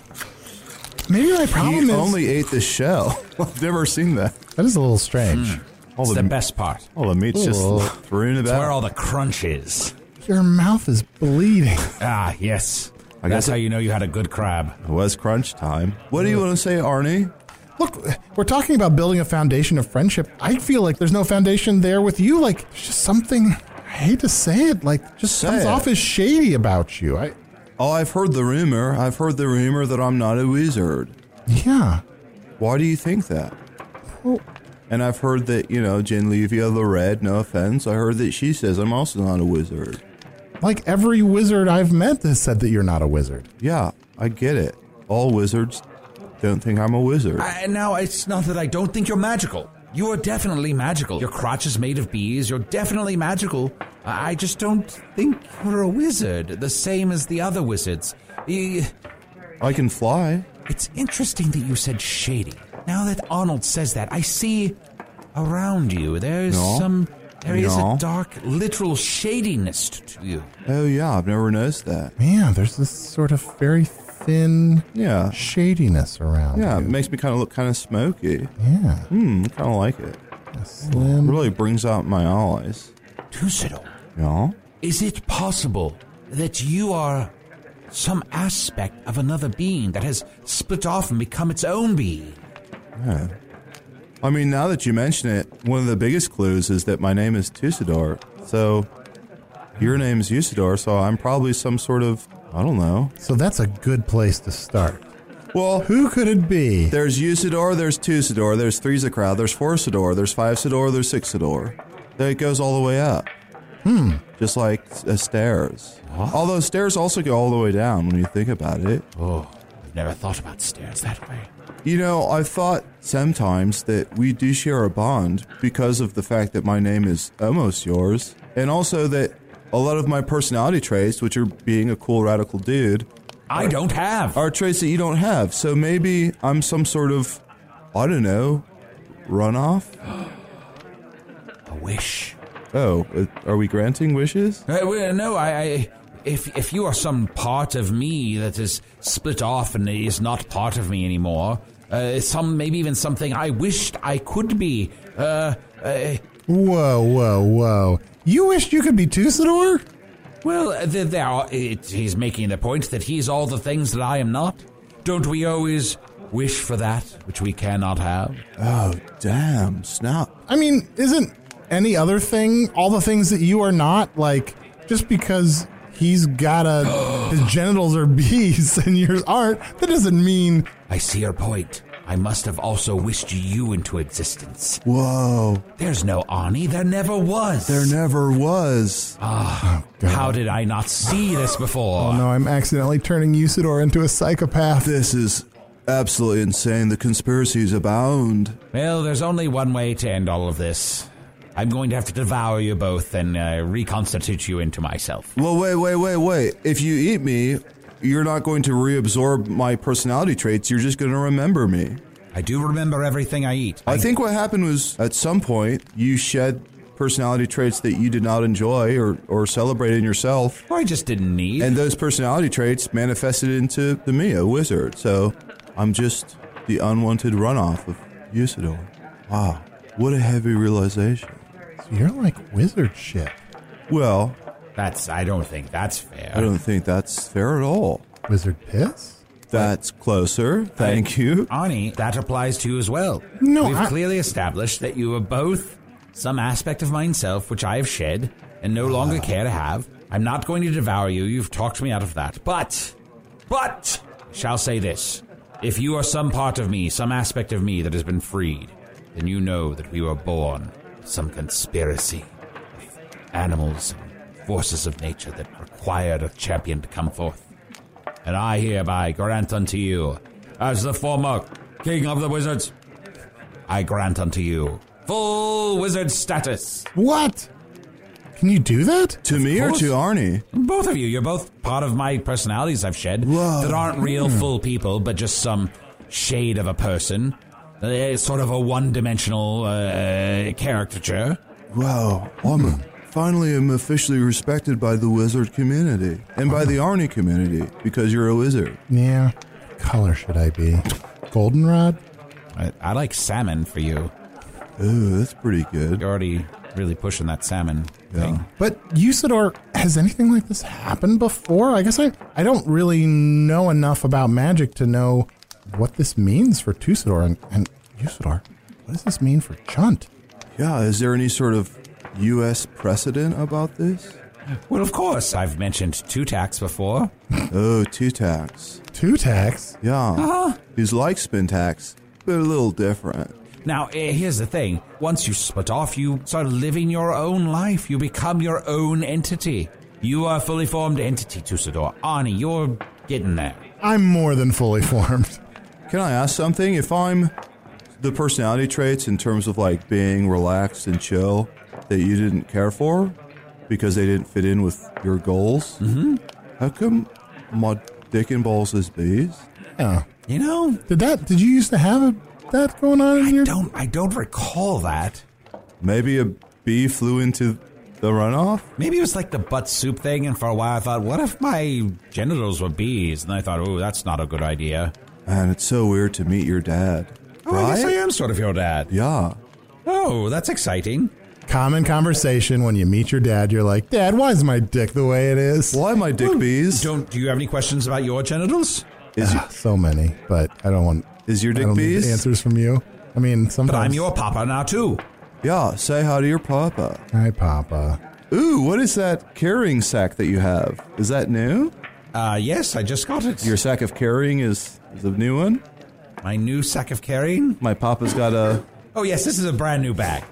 E: maybe my problem
F: he
E: is
F: only ate the shell. I've never seen that.
E: that is a little strange.
G: It's the, best part.
F: All the meat's
E: Ooh.
F: just thrown
G: It's
F: about.
G: where all the crunch is.
E: Your mouth is bleeding.
G: Ah, yes.
F: I guess
G: That's
F: it-
G: how you know you had a good crab.
F: It was crunch time. What do you want to say, Arnie?
E: Look, we're talking about building a foundation of friendship. I feel like there's no foundation there with you. Like, there's just something. I hate to say it. Like, just
F: Say
E: comes
F: it.
E: off as shady about you. I,
F: Oh, I've heard the rumor. I've heard the rumor that I'm not a wizard.
E: yeah.
F: Why do you think that?
E: Well-
F: And I've heard that, you know, Genlevia the Red, no offense, I heard that she says I'm also not a wizard.
E: Like every wizard I've met has said that you're not a wizard.
F: Yeah, I get it. All wizards don't think I'm a wizard.
G: I, now, it's not that I don't think you're magical. You are definitely magical. Your crotch is made of bees. You're definitely magical. I I just don't think you're a wizard, the same as the other wizards. You-
F: I can fly.
G: It's interesting that you said shady. Now that Arnold says that, I see around you there's
F: No.
G: some. there is
F: No.
G: a dark, literal shadiness to you.
F: Oh, yeah, I've never noticed that.
E: Yeah, there's this sort of very thin
F: Yeah.
E: shadiness around.
F: Uh, Yeah, it
E: you.
F: makes me kind of look kind of smoky.
E: yeah. Um,
F: Hmm, kind of like it.
E: A slim.
F: Really brings out my allies.
G: Tucidor.
F: Yeah.
G: Is it possible that you are some aspect of another being that has split off and become its own being?
F: Yeah. I mean, now that you mention it, one of the biggest clues is that my name is Tusador. So your name is Usador, so I'm probably some sort of, I don't know.
E: So that's a good place to start.
F: Well,
E: Who could it be?
F: there's Usador, there's Tusador, there's Threezacrow, there's Foursador, there's Fivesador, there's Sixador. There it goes all the way up. Hmm. Just like uh, stairs. Although stairs also go all the way down when you think about it.
G: Oh, I've never thought about stairs that way.
F: You know, I've thought sometimes that we do share a bond because of the fact that my name is almost yours, and also that a lot of my personality traits, which are being a cool radical dude,
G: I don't have.
F: are traits that you don't have. So maybe I'm some sort of, I don't know, runoff?
G: A wish.
F: Oh, uh, are we granting wishes?
G: Uh, well, no, I. I if, if you are some part of me that is split off and is not part of me anymore, uh, some maybe even something I wished I could be. Uh, uh,
E: Whoa, whoa, whoa. You wished you could be Tussidor?
G: Well, uh, there, there are, it, he's making the point that he's all the things that I am not. Don't we always wish for that which we cannot have?
F: Oh, damn, snap.
E: I mean, isn't any other thing all the things that you are not like just because he's got a his genitals are bees and yours aren't? That doesn't mean
G: I see your point. I must have also wished you into existence.
F: Whoa,
G: There's no Ani. There never was.
F: there never was.
G: How did I not see this
F: Oh,
G: before?
E: no, I'm accidentally turning Usador into a psychopath.
F: This is absolutely insane. The conspiracies abound.
G: Well, there's only one way to end all of this. I'm going to have to devour you both and uh, reconstitute you into myself.
F: Well, wait, wait, wait, wait. If you eat me, you're not going to reabsorb my personality traits. You're just going to remember me.
G: I do remember everything I eat.
F: I think what happened was at some point you shed personality traits that you did not enjoy or, or celebrate in yourself.
G: I just didn't need.
F: And those personality traits manifested into the me, a wizard. So I'm just the unwanted runoff of Usador. Wow. What a heavy realization.
E: You're like wizard shit.
F: Well,
G: that's. I don't think that's fair.
F: I don't think that's fair at all.
E: Wizard piss?
F: That's closer. Thank you.
G: Ani, that applies to you as well.
E: No,
G: we've
E: I-
G: clearly established that you are both some aspect of myself which I have shed and no longer
E: Ah.
G: care to have. I'm not going to devour you. You've talked me out of that. But, but, I shall say this: if you are some part of me, some aspect of me that has been freed, then you know that we were born of some conspiracy, of animals, and forces of nature that required a champion to come forth. And I hereby grant unto you, as the former king of the wizards, I grant unto you full wizard status.
E: What? Can you do that?
F: To me
G: Of
F: or
G: course.
F: to Arnie?
G: Both of you, you're both part of my personalities I've shed that aren't real full people, but just some shade of a person. Uh, sort of a one dimensional uh, caricature.
F: Wow, I'm finally am officially respected by the wizard community and by the Arnie community because you're a wizard.
E: Yeah. What color should I be? Goldenrod?
G: I, I like salmon for you.
F: Ooh, that's pretty good.
G: You're already really pushing that salmon thing.
E: But Usador, has anything like this happened before? I guess I, I don't really know enough about magic to know what this means for Tusador and, and Usador. What does this mean for Chunt?
F: Yeah, is there any sort of U.S. precedent about this?
G: Well, of course, I've mentioned two tacks before.
F: Oh, two tax.
E: Two tax?
F: Yeah.
G: Uh-huh.
F: He's like spin tax, but a little different.
G: Now, eh, here's the thing. Once you split off, you start living your own life. You become your own entity. You are a fully formed entity, Tusador. Arnie, you're getting there.
E: I'm more than fully formed.
F: Can I ask something? If I'm the personality traits in terms of like being relaxed and chill that you didn't care for because they didn't fit in with your goals, mm-hmm. how come my dick and balls is bees?
E: Yeah.
G: You know,
E: Did that? Did you used to have a, that going on in your?
G: don't I don't recall that.
F: Maybe a bee flew into the runoff?
G: Maybe it was like the butt soup thing, and for a while I thought, what if my genitals were bees? And I thought, oh, that's not a good idea.
F: Man, it's so weird to meet your dad.
G: Oh, I guess I
F: Right?
G: am sort of your dad.
F: Yeah.
G: Oh, that's exciting.
E: Common conversation when you meet your dad, you're like, Dad, why is my dick the way it is?
F: Why my dick bees?
G: Hmm. Don't do you have any questions about your genitals?
F: Is,
E: Ah, So many, but I don't want.
F: is your
E: I
F: dick
E: don't need
F: bees?
E: answers from you. I mean, sometimes.
G: But I'm your papa now too.
F: Yeah, say hi to your papa.
E: Hi, Papa.
F: Ooh, what is that carrying sack that you have? Is that new?
G: Uh, yes, I just got it.
F: Your sack of carrying is, is a new one?
G: my new sack of carrying.
F: My papa's got a.
G: Oh yes, this is a brand new bag.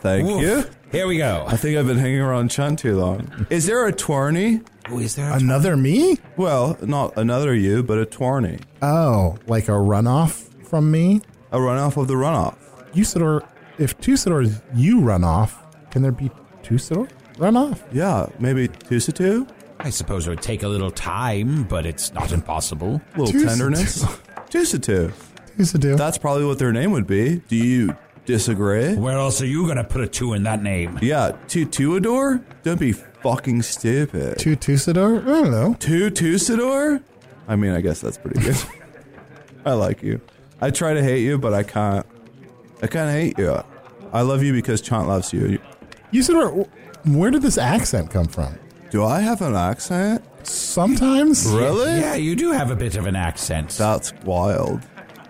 F: Thank
G: Woof.
F: you.
G: Here we go.
F: I think I've been hanging around Chun too long. Is there a twarny?
G: Oh, is there?
E: Another me?
F: Well, not another you, but a twarny.
E: Oh, like a runoff from me?
F: A runoff of the runoff.
E: Usador, if Tusador's you run off, can there be Tusador runoff?
F: Yeah, maybe Tusitu?
G: I suppose it would take a little time, but it's not impossible.
F: A little
E: Tusitu.
F: tenderness. Tusitu.
E: Tusador.
F: That's probably what their name would be. Do you disagree?
G: Where else are you gonna put a two in that name?
F: Yeah, Tutuador? Don't be fucking stupid.
E: Two Tusador? I don't know.
F: Two Tusador? I mean, I guess that's pretty good. I like you. I try to hate you, but I can't. I can't hate you. I love you because Chant loves you.
E: Usador, where did this accent come from?
F: Do I have an accent?
E: Sometimes?
F: Really?
G: Yeah, you do have a bit of an accent.
F: That's wild.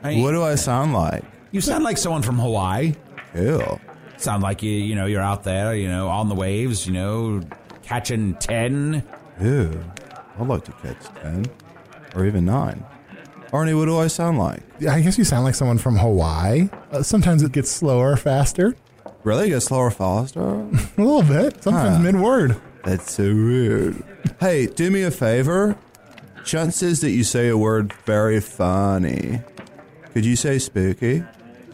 G: I-
F: What do I sound like?
G: you sound like someone from Hawaii.
F: Ew.
G: Sound like you, you know, you're out there, you know, on the waves, you know, catching ten.
F: Ew. I'd like to catch 10 or even 9. Arnie, what do I sound like?
E: I guess you sound like someone from Hawaii. Uh, sometimes it gets slower or faster.
F: Really? Get slower, faster?
E: A little bit. Sometimes
F: Huh.
E: mid word.
F: That's so rude. Hey, do me a favor. Chances that you say a word very funny. Could you say spooky?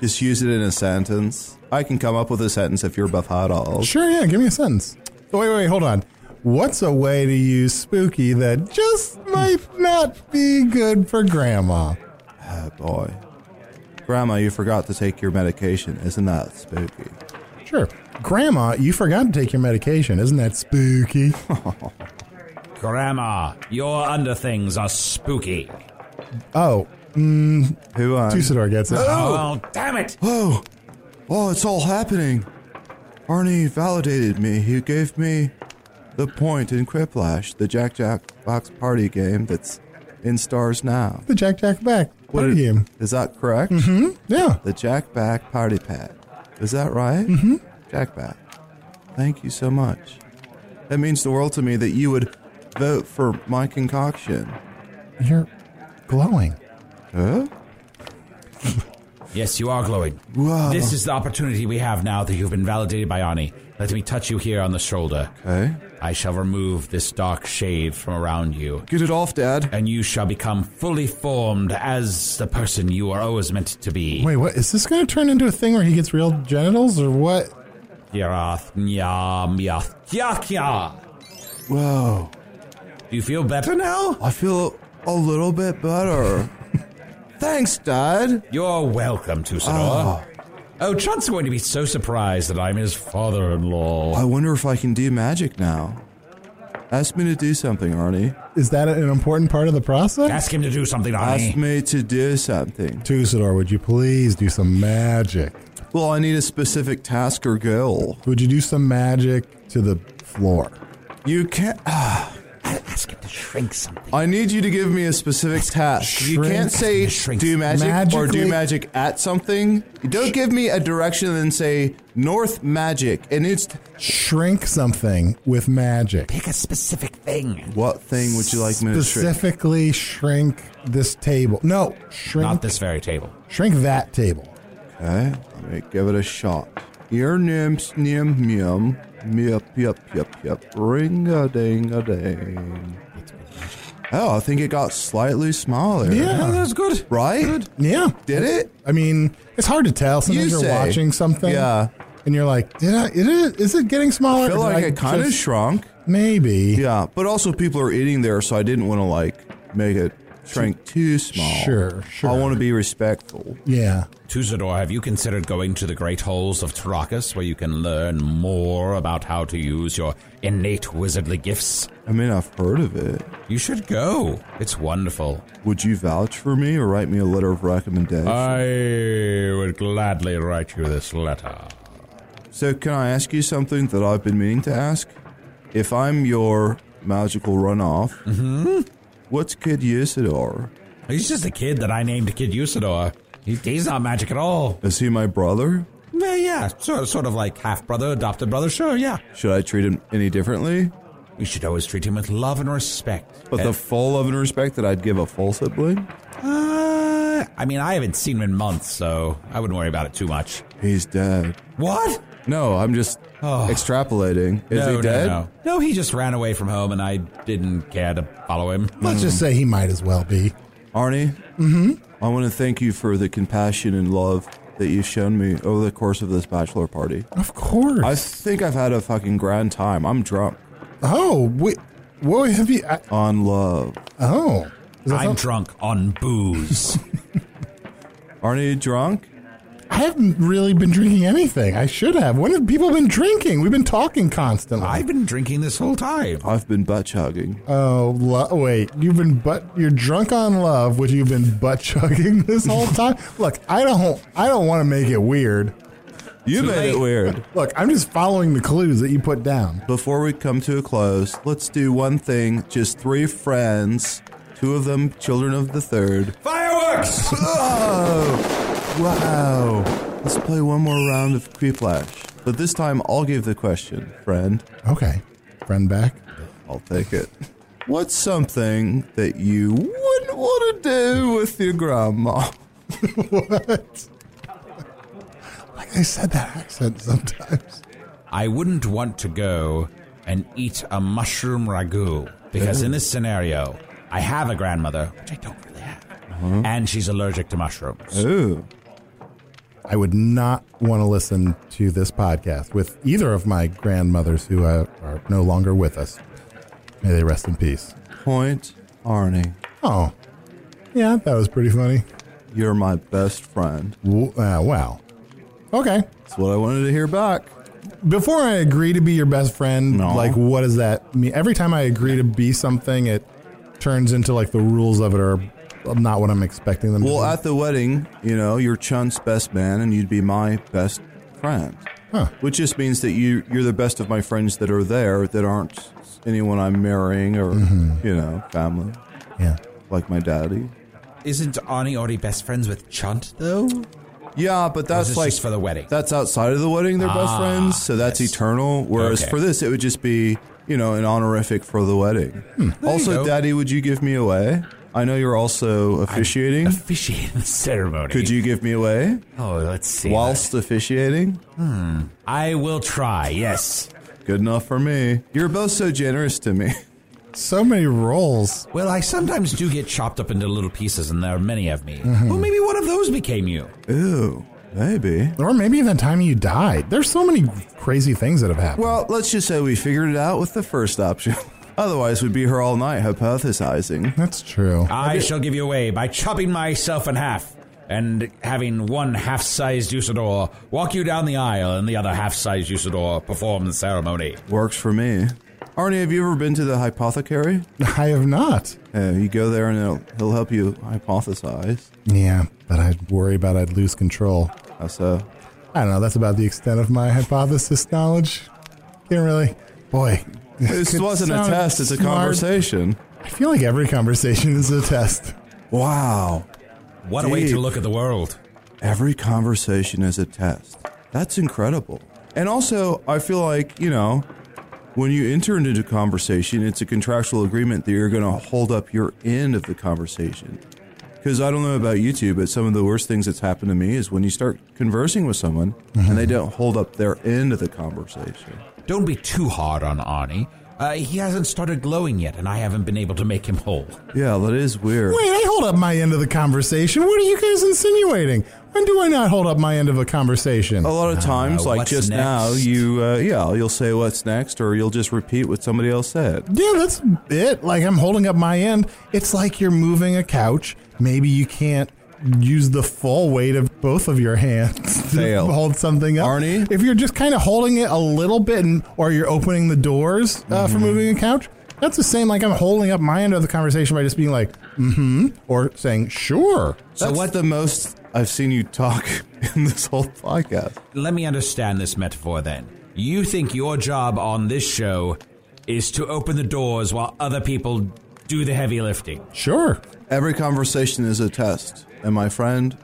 F: Just use it in a sentence. I can come up with a sentence if you're Buff Huddle.
E: Sure, yeah. Give me a sentence. Oh, wait, wait, hold on. What's a way to use spooky that just might not be good for grandma?
F: Oh boy. Grandma, you forgot to take your medication. Isn't that spooky?
E: Sure. Grandma, you forgot to take your medication. Isn't that spooky?
G: Grandma, your underthings are spooky.
E: Oh, mm,
F: Who am
E: Tusador gets it.
G: Oh, damn it!
F: Oh, oh, it's all happening. Arnie validated me. He gave me the point in Quiplash, the Jack Jack Box Party game that's in stars now.
E: The Jack Jack back. What
F: What-
E: party game.
F: Is that correct?
E: Yeah.
F: The Jack Back Party Pack. Is that right? Mm-hmm. Jack Back. Thank you so much. That means the world to me that you would vote for my concoction.
E: You're glowing.
F: Huh?
G: Yes, you are glowing.
F: Whoa.
G: This is the opportunity we have now that you've been validated by Ani. Let me touch you here on the shoulder.
F: Okay.
G: I shall remove this dark shade from around you.
F: Get it off, Dad.
G: And you shall become fully formed as the person you are always meant to be.
E: Wait, what? Is this going to turn into a thing where he gets real genitals or what?
G: Yarath, nyam, yath, yak, ya.
F: Whoa.
G: Do you feel better now?
F: I feel a little bit better. Thanks, Dad.
G: You're welcome, Tusador. Oh. oh, Chunt's going to be so surprised that I'm his father in law.
F: I wonder if I can do magic now. Ask me to do something, Arnie.
E: Is that an important part of the process?
G: Ask him to do something,
F: Ask
G: Ani.
F: me to do something.
E: Tusador, would you please do some magic?
F: Well, I need a specific task or goal.
E: Would you do some magic to the floor?
F: You can't.
G: Ask him to shrink something.
F: I need you to give me a specific task. you
E: shrink-
F: can't say
G: shrink
F: do magic or
E: magically-
F: do magic at something. Don't give me a direction and then say north magic. And it's
E: Shrink something with magic.
G: Pick a specific thing.
F: what thing would you like me to shrink?
E: Specifically, shrink this table. No, shrink
G: Not this very table.
E: Shrink that table.
F: Okay, let me give it a shot. Ear nims nim mium. Yup, yup, yup, yup. Ring a ding a ding. Oh, I think it got slightly smaller.
E: Yeah, that's
F: good. Right?
E: Yeah.
F: Did it?
E: I mean, it's hard to tell. Sometimes
F: You
E: you are
F: say.
E: watching something.
F: Yeah.
E: And you're like, did I, it is, is it getting smaller?
F: I feel
E: Or did
F: like it kind of
E: just-
F: shrunk.
E: Maybe.
F: Yeah, but also people are eating there, so I didn't want to like make it shrink too small.
E: Sure, sure.
F: I want to be respectful.
E: Yeah.
G: Tusador, have you considered going to the Great Halls of Tarakas where you can learn more about how to use your innate wizardly gifts?
F: I mean, I've heard of it.
G: You should go. It's wonderful.
F: Would you vouch for me or write me a letter of recommendation?
G: I would gladly write you this letter.
F: So, can I ask you something that I've been meaning to ask? If I'm your magical runoff, Mm-hmm. what's Kid Usador?
G: He's just a kid that I named Kid Usador. He, he's not magic at all.
F: Is he my brother?
G: Yeah, yeah. Sort, sort of like half brother, adopted brother. Sure, yeah.
F: Should I treat him any differently?
G: You should always treat him with love and respect.
F: But the full love and respect that I'd give a full sibling?
G: Uh, I mean, I haven't seen him in months, so I wouldn't worry about it too much.
F: He's dead.
G: What?
F: No, I'm just
G: Oh.
F: extrapolating. Is
G: no,
F: he dead?
G: No, no. no, he just ran away from home, and I didn't care to follow him.
E: Let's just say he might as well be.
F: Arnie, mm-hmm. I want to thank you for the compassion and love that you've shown me over the course of this bachelor party.
E: Of course.
F: I think I've had a fucking grand time. I'm drunk
E: oh, wait. What have you? I,
F: on love.
E: oh. Is that
G: I'm
E: some-
G: drunk on booze.
F: Arnie, you drunk?
E: I haven't really been drinking anything. I should have. When have people been drinking? We've been talking constantly.
G: I've been drinking this whole time.
F: I've been butt chugging.
E: Oh, lo- wait. You've been butt. You're drunk on love, which you've been butt chugging this whole time. Look, I don't. I don't want to make it weird.
F: You made it weird.
E: Look, I'm just following the clues that you put down.
F: Before we come to a close, let's do one thing. Just three friends, two of them children of the third.
G: Fireworks!
F: Oh, wow. Let's play one more round of Creeplash. But this time, I'll give the question, friend.
E: Okay, friend back.
F: I'll take it. What's something that you wouldn't want to do with your grandma?
E: what? Like I said, that accent sometimes.
G: I wouldn't want to go and eat a mushroom ragu because in this scenario, I have a grandmother, which I don't really have, and she's allergic to mushrooms.
F: Ooh.
E: I would not want to listen to this podcast with either of my grandmothers who uh, are no longer with us. May they rest in peace.
F: Point, Arnie.
E: Oh, yeah, that was pretty funny.
F: You're my best friend.
E: W- Uh, wow. Okay.
F: That's what I wanted to hear back.
E: Before I agree to be your best friend,
F: No.
E: like what does that mean? Every time I agree to be something, it turns into like the rules of it are not what I'm expecting them
F: Well,
E: to
F: at the wedding, you know, you're Chun's best man, and you'd be my best friend.
E: Huh.
F: Which just means that you you're the best of my friends that are there that aren't anyone I'm marrying or you know family
E: be. Yeah.
F: like my daddy.
G: Isn't Arnie already best friends with Chunt, though?
F: Yeah, but
G: That's
F: that's
G: this
F: like
G: just for the wedding.
F: that's outside of the wedding. They're best
G: Ah,
F: friends, so that's
G: yes.
F: eternal. Whereas
G: Okay.
F: for this, it would just be you know an honorific for the wedding. Also,
G: go.
F: daddy, would you give me away? I know you're also officiating.
G: officiating the ceremony.
F: Could you give me away?
G: Oh, let's see.
F: Whilst officiating?
G: Hmm. I will try, yes.
F: Good enough for me. You're both so generous to me.
E: So many roles.
G: Well, I sometimes do get chopped up into little pieces, and there are many of me.
E: Mhm.
G: Well, maybe one of those became you.
F: Ooh, maybe.
E: Or maybe the time you died. There's so many crazy things that have happened.
F: Well, let's just say we figured it out with the first option. Otherwise, we'd be here all night hypothesizing.
E: That's true.
G: I shall give you away by chopping myself in half and having one half sized Usador walk you down the aisle and the other half sized Usador perform the ceremony.
F: Works for me. Arnie, have you ever been to the hypothecary?
E: I have not.
F: Uh, you go there and it'll, he'll help you hypothesize.
E: Yeah, but I worry about I'd lose control.
F: How so?
E: I don't know. That's about the extent of my hypothesis knowledge. Can't really. Boy.
F: This
E: could
F: wasn't a
E: sound
F: test, it's a
E: smart.
F: conversation.
E: I feel like every conversation is a test.
F: Wow.
G: What a way to
F: Deep.
G: look at the world.
F: Every conversation is a test. That's incredible. And also, I feel like, you know, when you enter into conversation, it's a contractual agreement that you're going to hold up your end of the conversation. Because I don't know about you two, but some of the worst things that's happened to me is when you start conversing with someone and they don't hold up their end of the conversation.
G: Don't be too hard on Arnie. Uh, he hasn't started glowing yet, and I haven't been able to make him whole.
F: Yeah, that is weird.
E: Wait, I hold up my end of the conversation. What are you guys insinuating? When do I not hold up my end of a conversation?
F: A lot of times, like
G: Uh, what's
F: just now,
G: next?
F: you, uh, yeah, you'll say what's next or you'll just repeat what somebody else said.
E: Yeah, that's it. Like I'm holding up my end. It's like you're moving a couch. Maybe you can't use the full weight of both of your hands to
F: Fail.
E: hold something up.
F: Arnie?
E: if you're just kind of holding it a little bit, and, or you're opening the doors uh,
F: Mm-hmm.
E: for moving a couch, that's the same. Like I'm holding up my end of the conversation by just being like, "Mm-hmm," or saying, "Sure."
F: So That's what the most I've seen you talk in this whole podcast?
G: Let me understand this metaphor then. You think your job on this show is to open the doors while other people do the heavy lifting.
E: Sure.
F: Every conversation is a test, and my friend,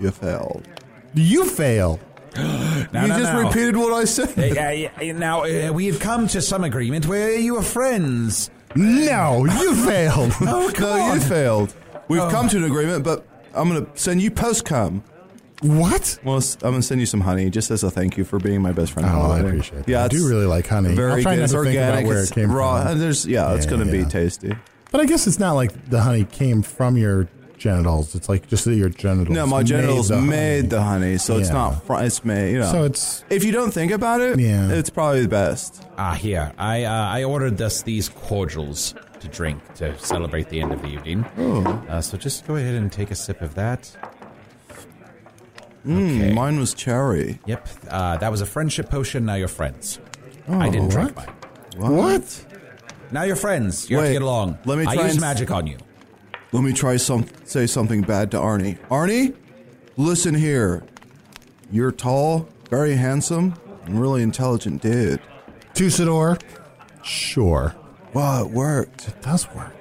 F: you failed.
E: You fail.
G: No,
F: you
G: no,
F: just
G: no.
F: repeated what I said.
G: Uh, uh, uh, now, uh, we have come to some agreement where you are friends.
E: No, you failed.
G: Oh, come
F: no,
G: on.
F: you failed. We've come to an agreement, but I'm gonna send you postcom.
E: What?
F: Well, s- I'm gonna send you some honey just as a thank you for being my best friend. at
E: Oh, I
F: Halloween.
E: appreciate that.
F: Yeah,
E: I do
F: it's
E: really like honey.
F: Very
E: I'll try
F: good.
E: not
F: it's
E: to think
F: organic.
E: about where
F: it's
E: it came
F: raw.
E: from.
F: and There's yeah, it's
E: Yeah,
F: gonna
E: yeah.
F: be tasty.
E: But I guess it's not like the honey came from your genitals. It's like just that your genitals.
F: No, my genitals made the,
E: honey.
F: honey, so it's
E: Yeah.
F: not. Fr- it's made. You know.
E: So it's
F: if you don't think about it,
E: Yeah.
F: it's probably the best.
G: Ah, here. I uh, I ordered us these cordials to drink to celebrate the end of the evening.
F: Oh.
G: Uh, so just go ahead and take a sip of that.
F: Mm,
G: Okay.
F: Mine was cherry.
G: Yep. Uh, that was a friendship potion. Now you're friends. I didn't drink
E: what?
G: mine.
F: Oh, What?
G: Now you're friends. You have
F: Wait,
G: to get along.
F: let me
G: I
F: try
G: use
F: and-
G: magic on you.
F: Let me try some say something bad to Arnie. Arnie, listen here. You're tall, very handsome, and really intelligent dude.
E: Tusador. Sure,
F: Wow, it worked.
E: it does work.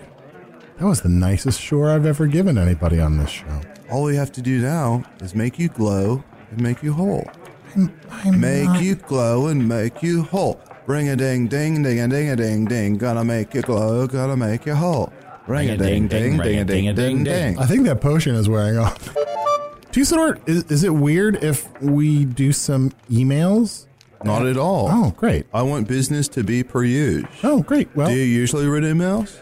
E: That was the nicest sure I've ever given anybody on this show.
F: All we have to do now is make you glow and make you whole.
E: I'm, I'm
F: Make
E: not-
F: you glow and make you whole. Ring a ding ding ding a ding a ding ding. Gonna make you glow, gonna make you whole. Ring a ding ding ding a ding ding ding.
E: I think that potion is wearing off. Tusador, is, is it weird if we do some emails?
F: Not at all.
E: Oh, great.
F: I want business to be per use.
E: Oh, great. Well,
F: Do you usually read emails?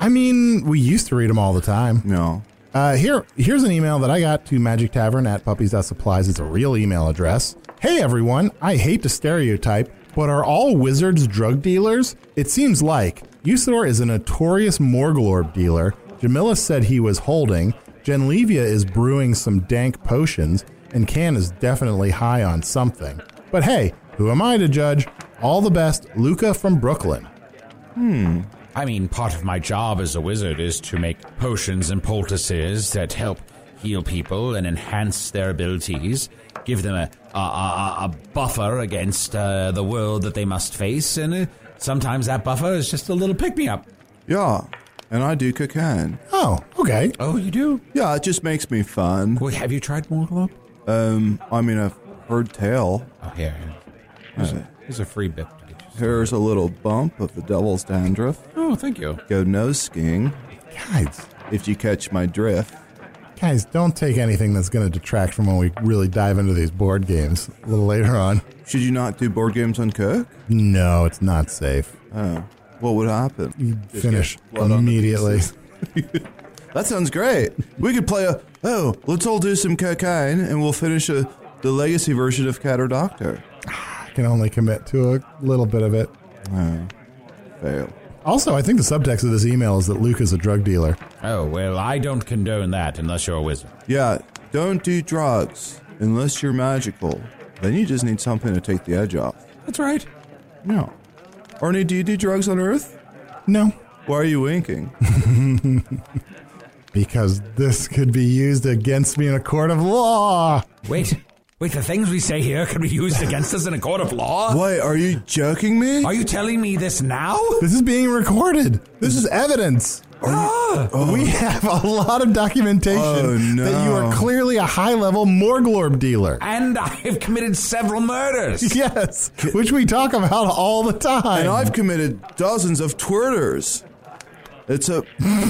E: I mean, we used to read them all the time.
F: No.
E: Uh, here, here's an email that I got to Magic Tavern at puppies.supplies. It's a real email address. Hey everyone, I hate to stereotype, but are all wizards drug dealers? It seems like Usador is a notorious Morglorb dealer. Jamila said he was holding. Genlevia is brewing some dank potions, and Can is definitely high on something. But hey, who am I to judge? All the best, Luca from Brooklyn.
G: I mean, part of my job as a wizard is to make potions and poultices that help heal people and enhance their abilities, give them a, a, a, a- a buffer against uh, the world that they must face, and uh, sometimes that buffer is just a little pick me up.
F: Yeah, and I do cocaine.
E: Oh, okay.
G: Oh, you do?
F: Yeah, it just makes me fun.
G: Wait, have you tried Morglop?
F: Um, I mean, I've heard tale.
G: Oh, here. Here's a, here's a free bit. to get you.
F: Here's a little bump of the devil's dandruff.
G: Oh, thank you.
F: Go nose skiing.
E: Guys,
F: if you catch my drift.
E: Guys, don't take anything that's going to detract from when we really dive into these board games a little later on.
F: Should you not do board games on Cook?
E: No, it's not safe.
F: Oh, what would happen?
E: You
F: Just
E: finish
F: get blood on the
E: immediately.
F: pieces. That sounds great. We could play a oh, let's all do some cocaine and we'll finish a, the legacy version of Cat or Doctor.
E: I can only commit to a little bit of it.
F: Oh, fail.
E: Also, I think the subtext of this email is that Luke is a drug dealer.
G: Oh, well, I don't condone that unless you're a wizard.
F: Yeah, don't do drugs unless you're magical. Then you just need something to take the edge off.
G: That's right.
F: No. Arnie, do you do drugs on Earth?
E: No.
F: Why are you winking?
E: because this could be used against me in a court of law.
H: Wait, wait, the things we say here can be used against us in a court of law?
F: Wait, are you joking me?
H: Are you telling me this now?
E: This is being recorded. This is evidence.
H: Ah! Oh.
E: We have a lot of documentation
F: Oh, no.
E: that you are clearly a high level Morglorb dealer.
H: And I've committed several murders.
E: Yes, which we talk about all the time.
F: And I've committed dozens of twirters. It's a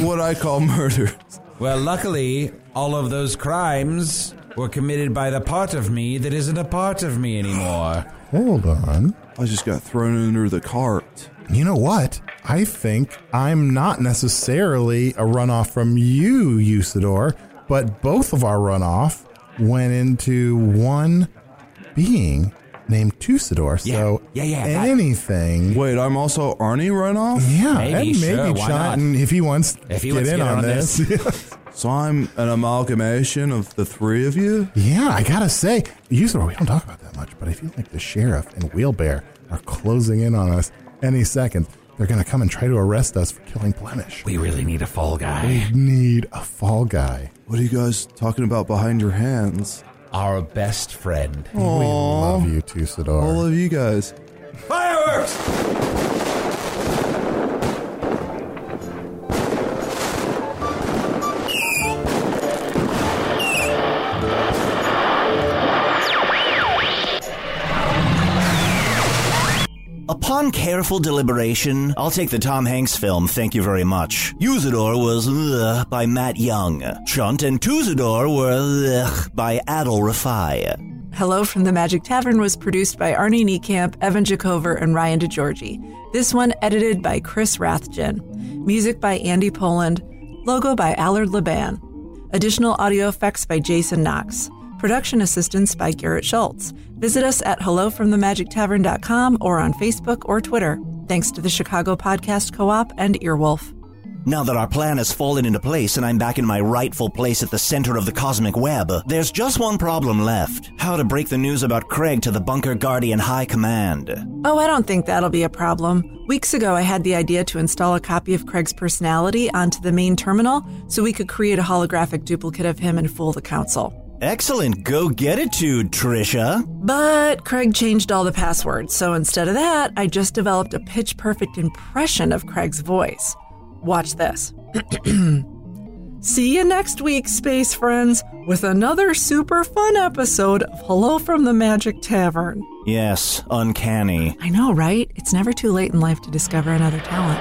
F: what I call murder.
H: Well, luckily, all of those crimes were committed by the part of me that isn't a part of me anymore.
E: Hold on.
F: I just got thrown under the cart.
E: You know what? I think I'm not necessarily a runoff from you, Usador, but both of our runoff went into one being named Tusador. So
H: Yeah, yeah, yeah, that-
E: anything.
F: Wait, I'm also Arnie runoff?
E: yeah,
H: Maybe,
E: and maybe
H: sure, why not?
E: Chotton, if he wants
H: If he
E: to
H: wants
E: get in on, this.
F: So I'm an amalgamation of the three of you?
E: yeah, I gotta say, Usador, we don't talk about that much, but I feel like the sheriff and Wheelbear are closing in on us any second. They're gonna come and try to arrest us for killing Blemish.
H: We really need a fall guy.
E: need a fall guy.
F: What are you guys talking about behind your hands?
H: Our best friend.
E: We love you, Tusador.
F: All of you guys.
H: Fireworks!
B: Upon careful deliberation, I'll take the Tom Hanks film, thank you very much. Usador was Ugh by Matt Young. Chunt and Tuzador were Ugh by Adel Rafai.
D: Hello from the Magic Tavern was produced by Arnie Niekamp, Evan Jacover, and Ryan DeGiorgi. This one edited by Chris Rathjen. Music by Andy Poland. Logo by Allard Leban. Additional audio effects by Jason Knox. Production assistance by Garrett Schultz. Visit us at hellofromthemagictavern.com or on Facebook or Twitter. Thanks to the Chicago Podcast Co-op and Earwolf.
B: Now that our plan has fallen into place and I'm back in my rightful place at the center of the cosmic web, there's just one problem left. How to break the news about Craig to the Bunker Guardian High Command.
D: Oh, I don't think that'll be a problem. Weeks ago, I had the idea to install a copy of Craig's personality onto the main terminal so we could create a holographic duplicate of him and fool the council.
B: Excellent go get it, Trisha.
D: But Craig changed all the passwords, so instead of that, I just developed a pitch perfect impression of Craig's voice. Watch this. See you next week, space friends, with another super fun episode of Hello from the Magic Tavern.
B: Yes, uncanny.
D: I know, right? It's never too late in life to discover another talent.